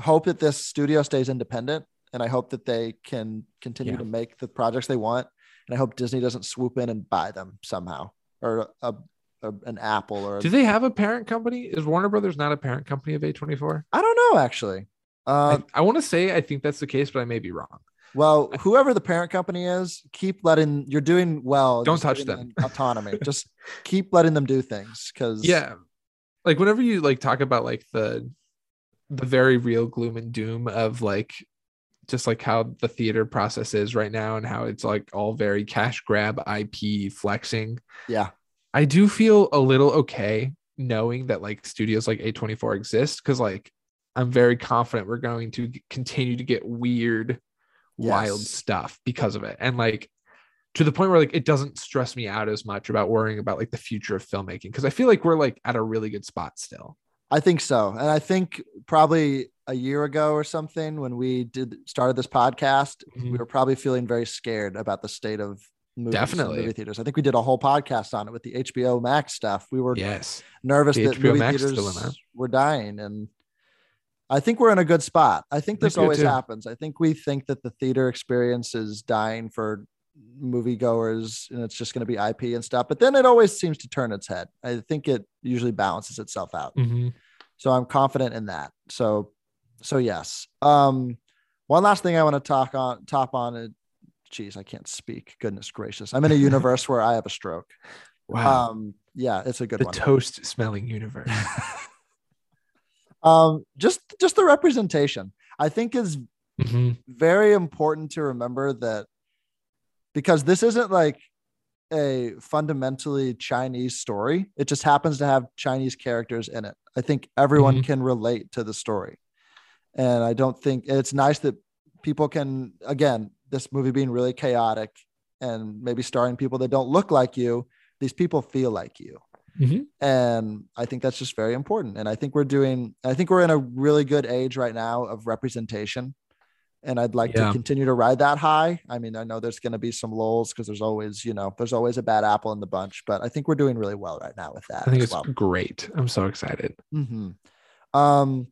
hope that this studio stays independent, and I hope that they can continue Yeah. to make the projects they want. And I hope Disney doesn't swoop in and buy them somehow, or a, a an Apple, or Do they have a parent company? Is Warner Brothers not a parent company of A24? I don't know actually. Uh, I, I want to say I think that's the case, but I may be wrong. Well, whoever the parent company is, keep letting you're doing well. Don't just touch giving them. autonomy. just keep letting them do things because Yeah. Like whenever you like talk about like the the very real gloom and doom of like just like how the theater process is right now and how it's like all very cash grab IP flexing. yeah, I do feel a little okay knowing that like studios like A24 exist because like I'm very confident we're going to g- continue to get weird, wild Yes. stuff because of it. And like to the point where like it doesn't stress me out as much about worrying about like the future of filmmaking because I feel like we're like at a really good spot still. I think so. And I think probably a year ago or something when we did started this podcast, Mm-hmm. we were probably feeling very scared about the state of movies and Definitely. movie theaters. I think we did a whole podcast on it with the HBO Max stuff. We were Yes. nervous The that HBO movie Max theaters dilemma. were dying and I think we're in a good spot. I I think think this so, always too. happens. I think we think that the theater experience is dying for moviegoers and it's just going to be IP and stuff, but then it always seems to turn its head. I think it usually balances itself out. Mm-hmm. So I'm confident in that. So so yes. Um one last thing I want to talk on top on it. Geez, I can't speak. Goodness gracious. I'm in a universe where I have a stroke. Wow. Um yeah, it's a good the one. toast smelling universe. um just just the representation i think is Mhm. very important to remember that because this isn't like a fundamentally chinese story it just happens to have chinese characters in it i think everyone Mhm. can relate to the story and i don't think it's nice that people can again this movie being really chaotic and maybe starring people that don't look like you these people feel like you Mhm. and i think that's just very important and i think we're doing i think we're in a really good age right now of representation and i'd like Yeah. to continue to ride that high i mean i know there's going to be some lulls because there's always you know there's always a bad apple in the bunch but i think we're doing really well right now with that I think as it's well great. I'm so excited. hmm um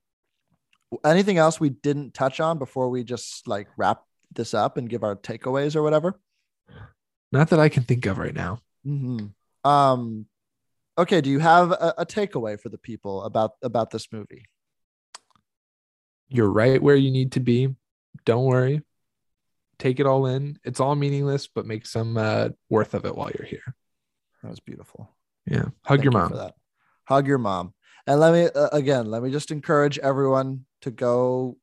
anything else we didn't touch on before we just like wrap this up and give our takeaways or whatever Not that I can think of right now. hmm um okay do you have a, a takeaway for the people about about this movie You're right where you need to be. Don't worry. Take it all in. It's all meaningless, but make some uh, worth of it while you're here. That was beautiful. Yeah. Hug Thank your you for mom. that. Hug your mom. And let me uh, again, let me just encourage everyone to go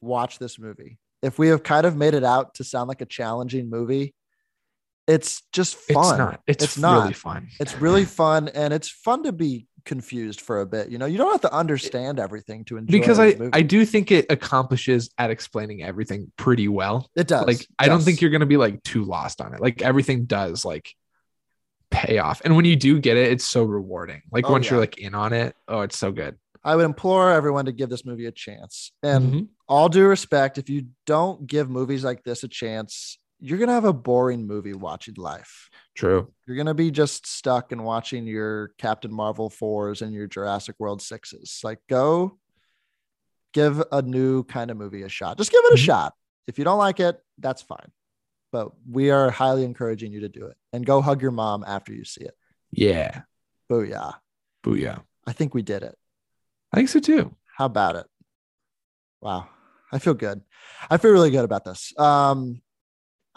watch this movie. If we have kind of made it out to sound like a challenging movie, it's just It's fun. not. It's, It's not. really fun. It's really fun and it's fun to be confused for a bit. You know, you don't have to understand everything to enjoy because I, this movie. I do think it accomplishes at explaining everything pretty well. it does. Like I don't yes. think you're gonna be like too lost on it. Like everything does like pay off. And when you do get it, it's so rewarding. Like Oh, once you're yeah. like in on it, oh it's so good. I would implore everyone to give this movie a chance. And Mhm. all due respect, if you don't give movies like this a chance, you're gonna have a boring movie watching life. true. You're gonna be just stuck in watching your Captain Marvel fours and your Jurassic World sixes. Like, go give a new kind of movie a shot. Just give it a Mhm. shot. If you don't like it, that's fine. But we are highly encouraging you to do it and go hug your mom after you see it. Yeah. Booyah! Booyah. I think we did it. I think so too. How about it? Wow. I feel good. I feel really good about this. Um,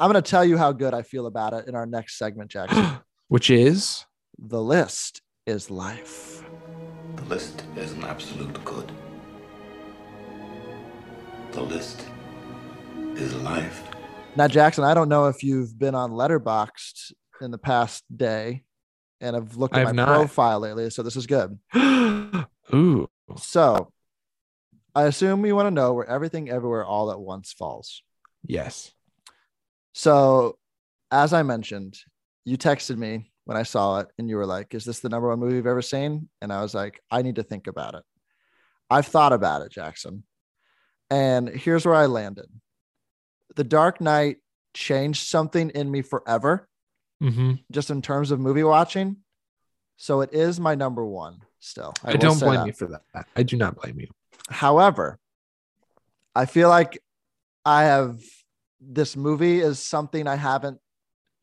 I'm going to tell you how good I feel about it in our next segment, Jackson. Which is the list is life. The list is an absolute good. The list is life. Now, Jackson, I don't know if you've been on Letterboxd in the past day and I've looked I at have my not. profile lately. So this is good. Ooh. So I assume you want to know where everything everywhere all at once falls. Yes. So, as I mentioned, you texted me when I saw it and you were like, Is this the number one movie you've ever seen? And I was like, I need to think about it. I've thought about it, Jackson. And here's where I landed The Dark Knight changed something in me forever, Mm-hmm. just in terms of movie watching. So, it is my number one still. I, will don't say blame that. you for that. I do not blame you. However, I feel like I have this movie is something I haven't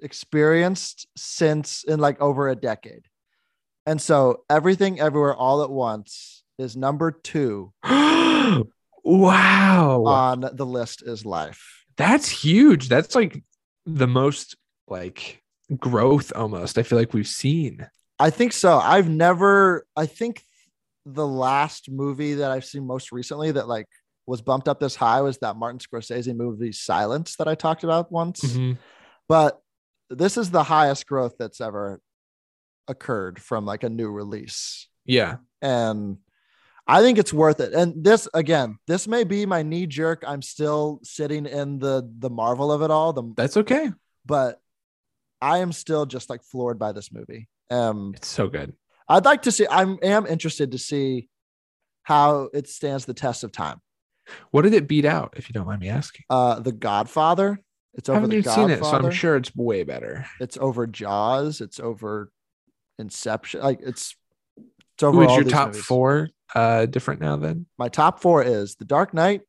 experienced since in like over a decade. And so everything everywhere all at once is number 2 wow. on the list is life. That's huge. That's like the most like growth almost I feel like we've seen. I think so. I've never I think the last movie that I've seen most recently that like was bumped up this high was that Martin Scorsese movie Silence that I talked about once. Mm-hmm. but this is the highest growth that's ever occurred from like a new release Yeah. and i think it's worth it and this again this may be my knee jerk i'm still sitting in the the marvel of it all the That's okay. but i am still just like floored by this movie um It's so good. i'd like to see i'm am interested to see how it stands the test of time What did it beat out, if you don't mind me asking? uh the godfather it's I over haven't the even seen godfather it, so I'm sure it's way better. it's over Jaws, it's over Inception, like it's it's Who over is all your these top movies. four uh different now then? My top four is The Dark Knight,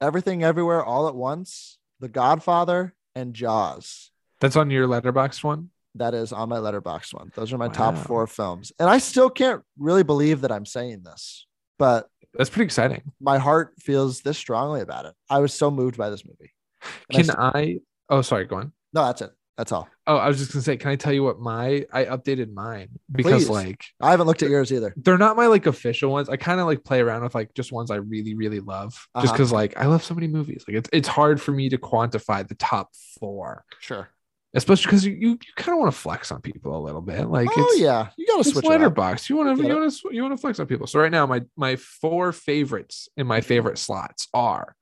Everything Everywhere All at Once, The Godfather, and Jaws. That's on your letterbox one? That is on my letterbox one. Those are my top Wow. four films, and I still can't really believe that I'm saying this, but That's pretty exciting. my heart feels this strongly about it. I was so moved by this movie. And I Can st- I oh sorry, go on. no, that's it. That's all. Oh, I was just gonna say, can I tell you what my I updated mine because Please. like I haven't looked at yours either. they're not my like official ones. I kind of like play around with like just ones I really really love, just Uh-huh. because like I love so many movies. Like it's it's hard for me to quantify the top four, Sure. especially because you you, you kind of want to flex on people a little bit. Like oh it's yeah, you gotta it's switch it up. letterbox. You want to Get you it. want to you want to flex on people. So right now my my four favorites in my favorite slots are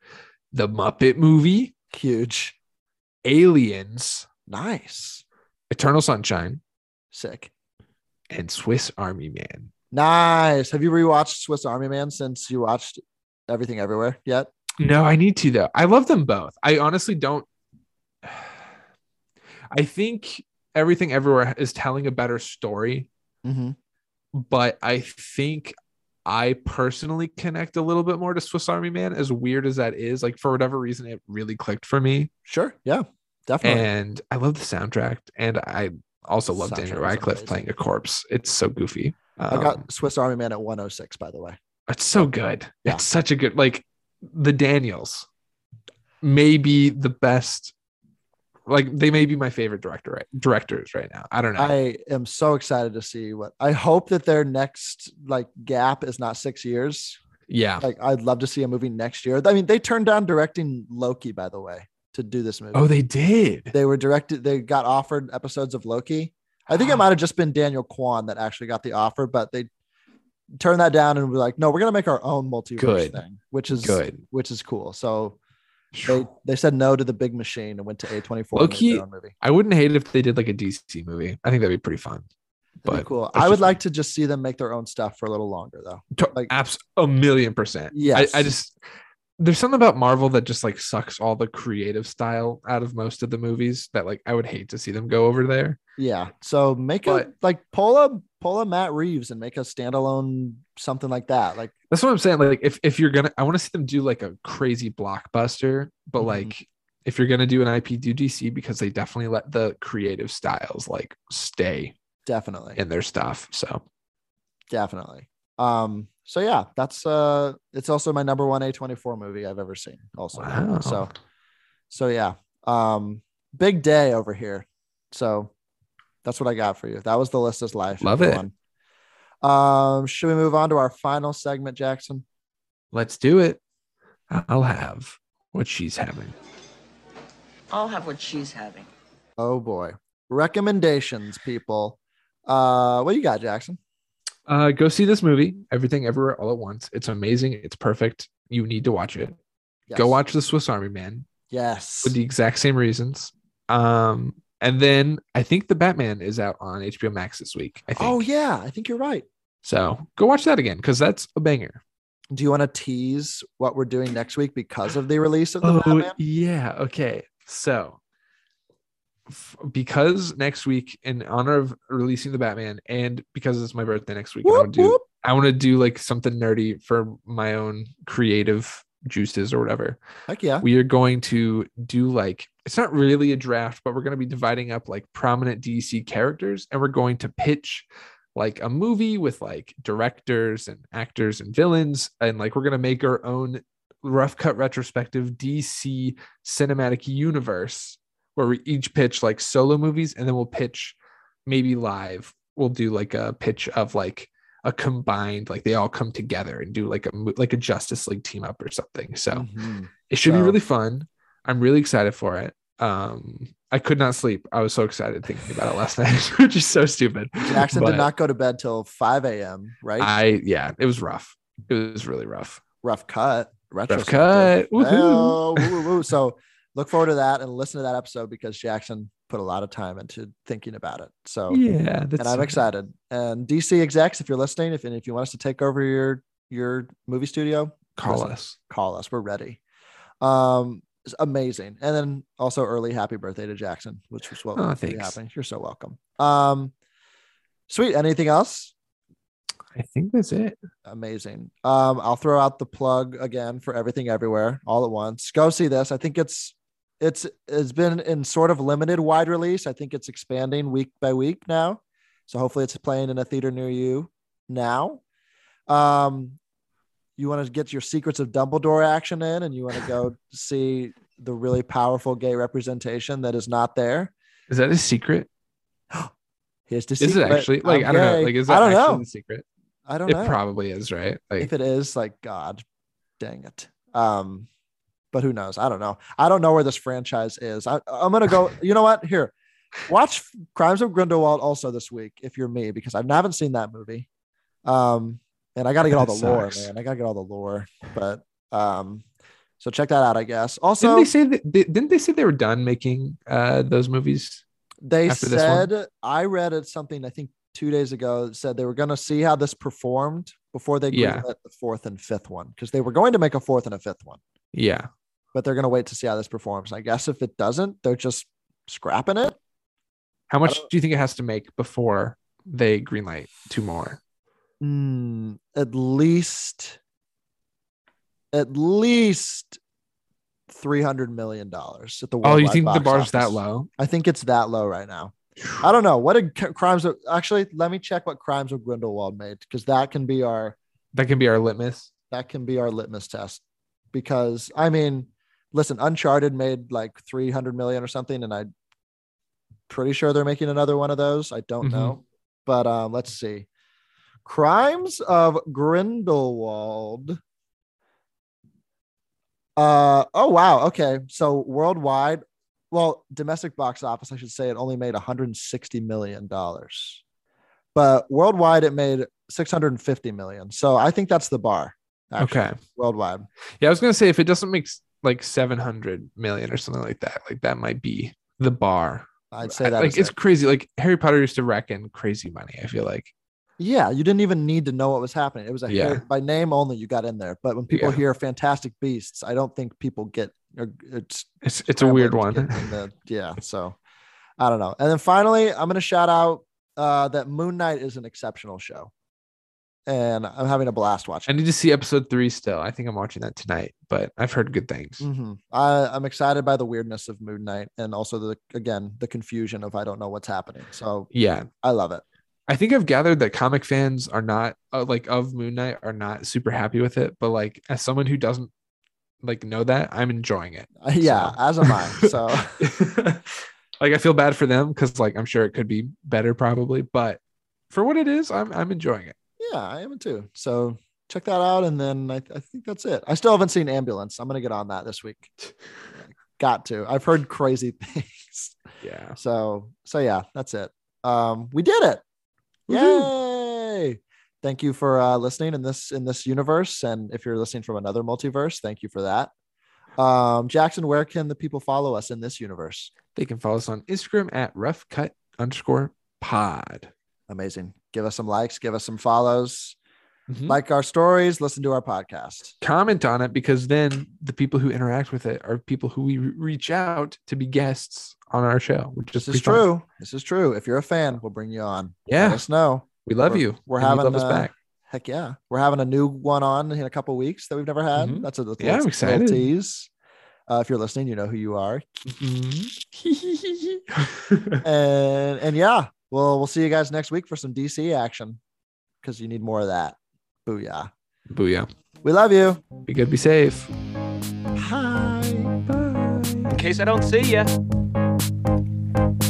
the Muppet Movie, Huge. Aliens, Nice. Eternal Sunshine, Sick. and Swiss Army Man. Nice. Have you rewatched Swiss Army Man since you watched Everything Everywhere yet? No, I need to though. I love them both. I honestly don't. I think everything everywhere is telling a better story, Mm-hmm. but I think I personally connect a little bit more to Swiss Army Man. As weird as that is, like for whatever reason, it really clicked for me. Sure. Yeah. Definitely. And I love the soundtrack, and I also love Daniel Soundtrack is Radcliffe amazing. playing a corpse. It's so goofy. I Um, got Swiss Army Man at 106, by the way. It's so good. Yeah. It's such a good like the Daniels may be the best like they may be my favorite director right directors right now. I don't know. I am so excited to see what I hope that their next like gap is not six years. yeah. Like I'd love to see a movie next year. I mean, they turned down directing Loki, by the way, to do this movie. Oh, they did. they were directed, they got offered episodes of Loki. I think it might have just been Daniel Kwan that actually got the offer, but they turn that down and we're like, no, we're gonna make our own multiverse Good. thing, which is Good. which is cool. So they, they said no to the big machine and went to A24 and made Low-key, their own movie. I wouldn't hate it if they did like a DC movie. I think that'd be pretty fun. That'd be But cool. that's I would just- like to just see them make their own stuff for a little longer though. to- like- abs- a million percent. Yes. I, I just there's something about Marvel that just like sucks all the creative style out of most of the movies that like I would hate to see them go over there. Yeah. So make a But- like pull a pull a Matt Reeves and make a standalone something like that. Like That's what I'm saying. Like if if you're gonna, I want to see them do like a crazy blockbuster, but Mhm. like. If you're gonna do an IP, do DC because they definitely let the creative styles like stay definitely. in their stuff. So Definitely. Um, so yeah, that's uh it's also my number one A24 movie I've ever seen, also. wow. So so yeah. Um big day over here. So that's what I got for you. That was the list is life. Love everyone. Um, should we move on to our final segment, Jackson? let's do it. I'll have what she's having. I'll have what she's having. Oh boy. Recommendations, people. Uh what do you got, Jackson? Uh, go see this movie, Everything Everywhere All at Once. It's amazing. It's perfect. You need to watch it. Go Yes. watch The Swiss Army Man Yes. for the exact same reasons. Um, and then I think The Batman is out on HBO Max this week. I think. Oh yeah, I think you're right. So go watch that again because that's a banger. Do you want to tease what we're doing next week because of the release of the Oh, Batman? yeah. Okay. So f- because next week, in honor of releasing The Batman, and because it's my birthday next week, and I Whoop, would do whoop. I want to do like something nerdy for my own creative juices or whatever. Heck yeah. We are going to do like it's not really a draft, but we're going to be dividing up like prominent DC characters and we're going to pitch like a movie with like directors and actors and villains and like we're going to make our own rough cut retrospective DC cinematic universe where we each pitch like solo movies and then we'll pitch maybe live we'll do like a pitch of like a combined like they all come together and do like a mo- like a justice league team up or something so Mhm. it should be So- really fun. I'm really excited for it. Um, I could not sleep. I was so excited thinking about it last night, which is so stupid. Jackson But did not go to bed till 5 a.m. Right? I yeah, it was rough. It was really rough. Rough cut. Rough retrospective. cut. Woohoo. Well, woo, woo, woo. So look forward to that and listen to that episode because Jackson put a lot of time into thinking about it. So Yeah, that's Oh, and I'm excited. And DC execs, if you're listening, if and if you want us to take over your your movie studio, Call Listen. us. call us. We're ready. Um, it's amazing. And then also early happy birthday to Jackson, which was what Oh, was really thanks. happening. You're so welcome. Um, sweet. Anything else? I think that's it. Amazing. Um, I'll throw out the plug again for everything everywhere all at once. Go see this. I think it's it's it's been in sort of limited wide release. I think it's expanding week by week now. So hopefully it's playing in a theater near you now. Um, you want to get your secrets of Dumbledore action in, and you want to go see the really powerful gay representation that is not there. Is that a secret? Here's the Is secret. it actually like I'm I don't know? gay. Like is I that don't actually know. a secret? I don't It know. probably is, right? Like if it is like god dang it um but who knows i don't know i don't know where this franchise is I, i'm gonna go you know what here watch crimes of grindelwald also this week if you're me because i haven't seen that movie um and i gotta get all the That lore sucks. man i gotta get all the lore but um so check that out i guess also didn't they say that they, didn't they say they were done making uh those movies? they after this one? said i read it something i think two days ago that said they were going to see how this performed before they Yeah. greenlit the fourth and fifth one because they were going to make a fourth and a fifth one Yeah. but they're going to wait to see how this performs. I guess if it doesn't, they're just scrapping it. How much do you think it has to make before they greenlight two more? Hmm, at least, at least three hundred million dollars at the. Oh, you worldwide think the box bar's that office. low? I think it's that low right now. I don't know what did C- crimes of actually. Let me check what crimes of Grindelwald made because that can be our That can be our litmus. that can be our litmus test. Because I mean, listen, Uncharted made like three hundred million or something, and I'm pretty sure they're making another one of those. I don't Mhm. know, but um, let's see. Crimes of Grindelwald. Uh oh wow okay so worldwide well domestic box office I should say it only made 160 million dollars but worldwide it made 650 million. So I think that's the bar. actually, Okay. Worldwide. Yeah, I was gonna say if it doesn't make s- like seven hundred million or something like that, like that might be the bar. I'd say that. like is it's it. crazy. Like Harry Potter used to rack in crazy money. I feel like Yeah, you didn't even need to know what was happening. It was a Yeah. hair, by name only you got in there. But when people Yeah. hear Fantastic Beasts, I don't think people get or it's it's it's a weird one. scrambling to get in the- yeah, so I don't know. And then finally, I'm gonna shout out uh, that Moon Knight is an exceptional show, and I'm having a blast I watching. need to see episode three still. I think I'm watching that tonight, but I've heard good things. hmm I, I'm excited by the weirdness of Moon Knight, and also the again the confusion of I don't know what's happening. So Yeah, I love it. I think I've gathered that comic fans are not uh, like of Moon Knight are not super happy with it, but like as someone who doesn't like know that, I'm enjoying it. yeah, So- as am I. So. like I feel bad for them because like I'm sure it could be better probably, but for what it is, I'm I'm enjoying it. Yeah, I am too. So check that out, and then I, I think that's it. I still haven't seen Ambulance. I'm gonna get on that this week. Got to. I've heard crazy things. Yeah. So so yeah, that's it. Um, we did it. Yay! Thank you for uh, listening in this in this universe, and if you're listening from another multiverse, thank you for that. Um, Jackson, where can the people follow us in this universe? They can follow us on Instagram at rough cut underscore pod. Amazing. Give us some likes. Give us some follows. Mhm. Like our stories. Listen to our podcast. Comment on it because then the people who interact with it are people who we re- reach out to be guests on our show, which is This is pretty fun. true. This is true. If you're a fan, we'll bring you on. Let Yeah, us know. we love We're- you. we're and you having, love us uh, back. Heck yeah, we're having a new one on in a couple weeks that we've never had. Mhm. That's a little, Yeah, I'm little excited. tease. Uh, if you're listening, you know who you are. Mhm. And and yeah, well, we'll see you guys next week for some DC action because you need more of that. Booyah! Booyah. We love you. Be good, be safe. Hi. In case I don't see you.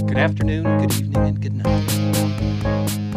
Good afternoon, good evening, and good night.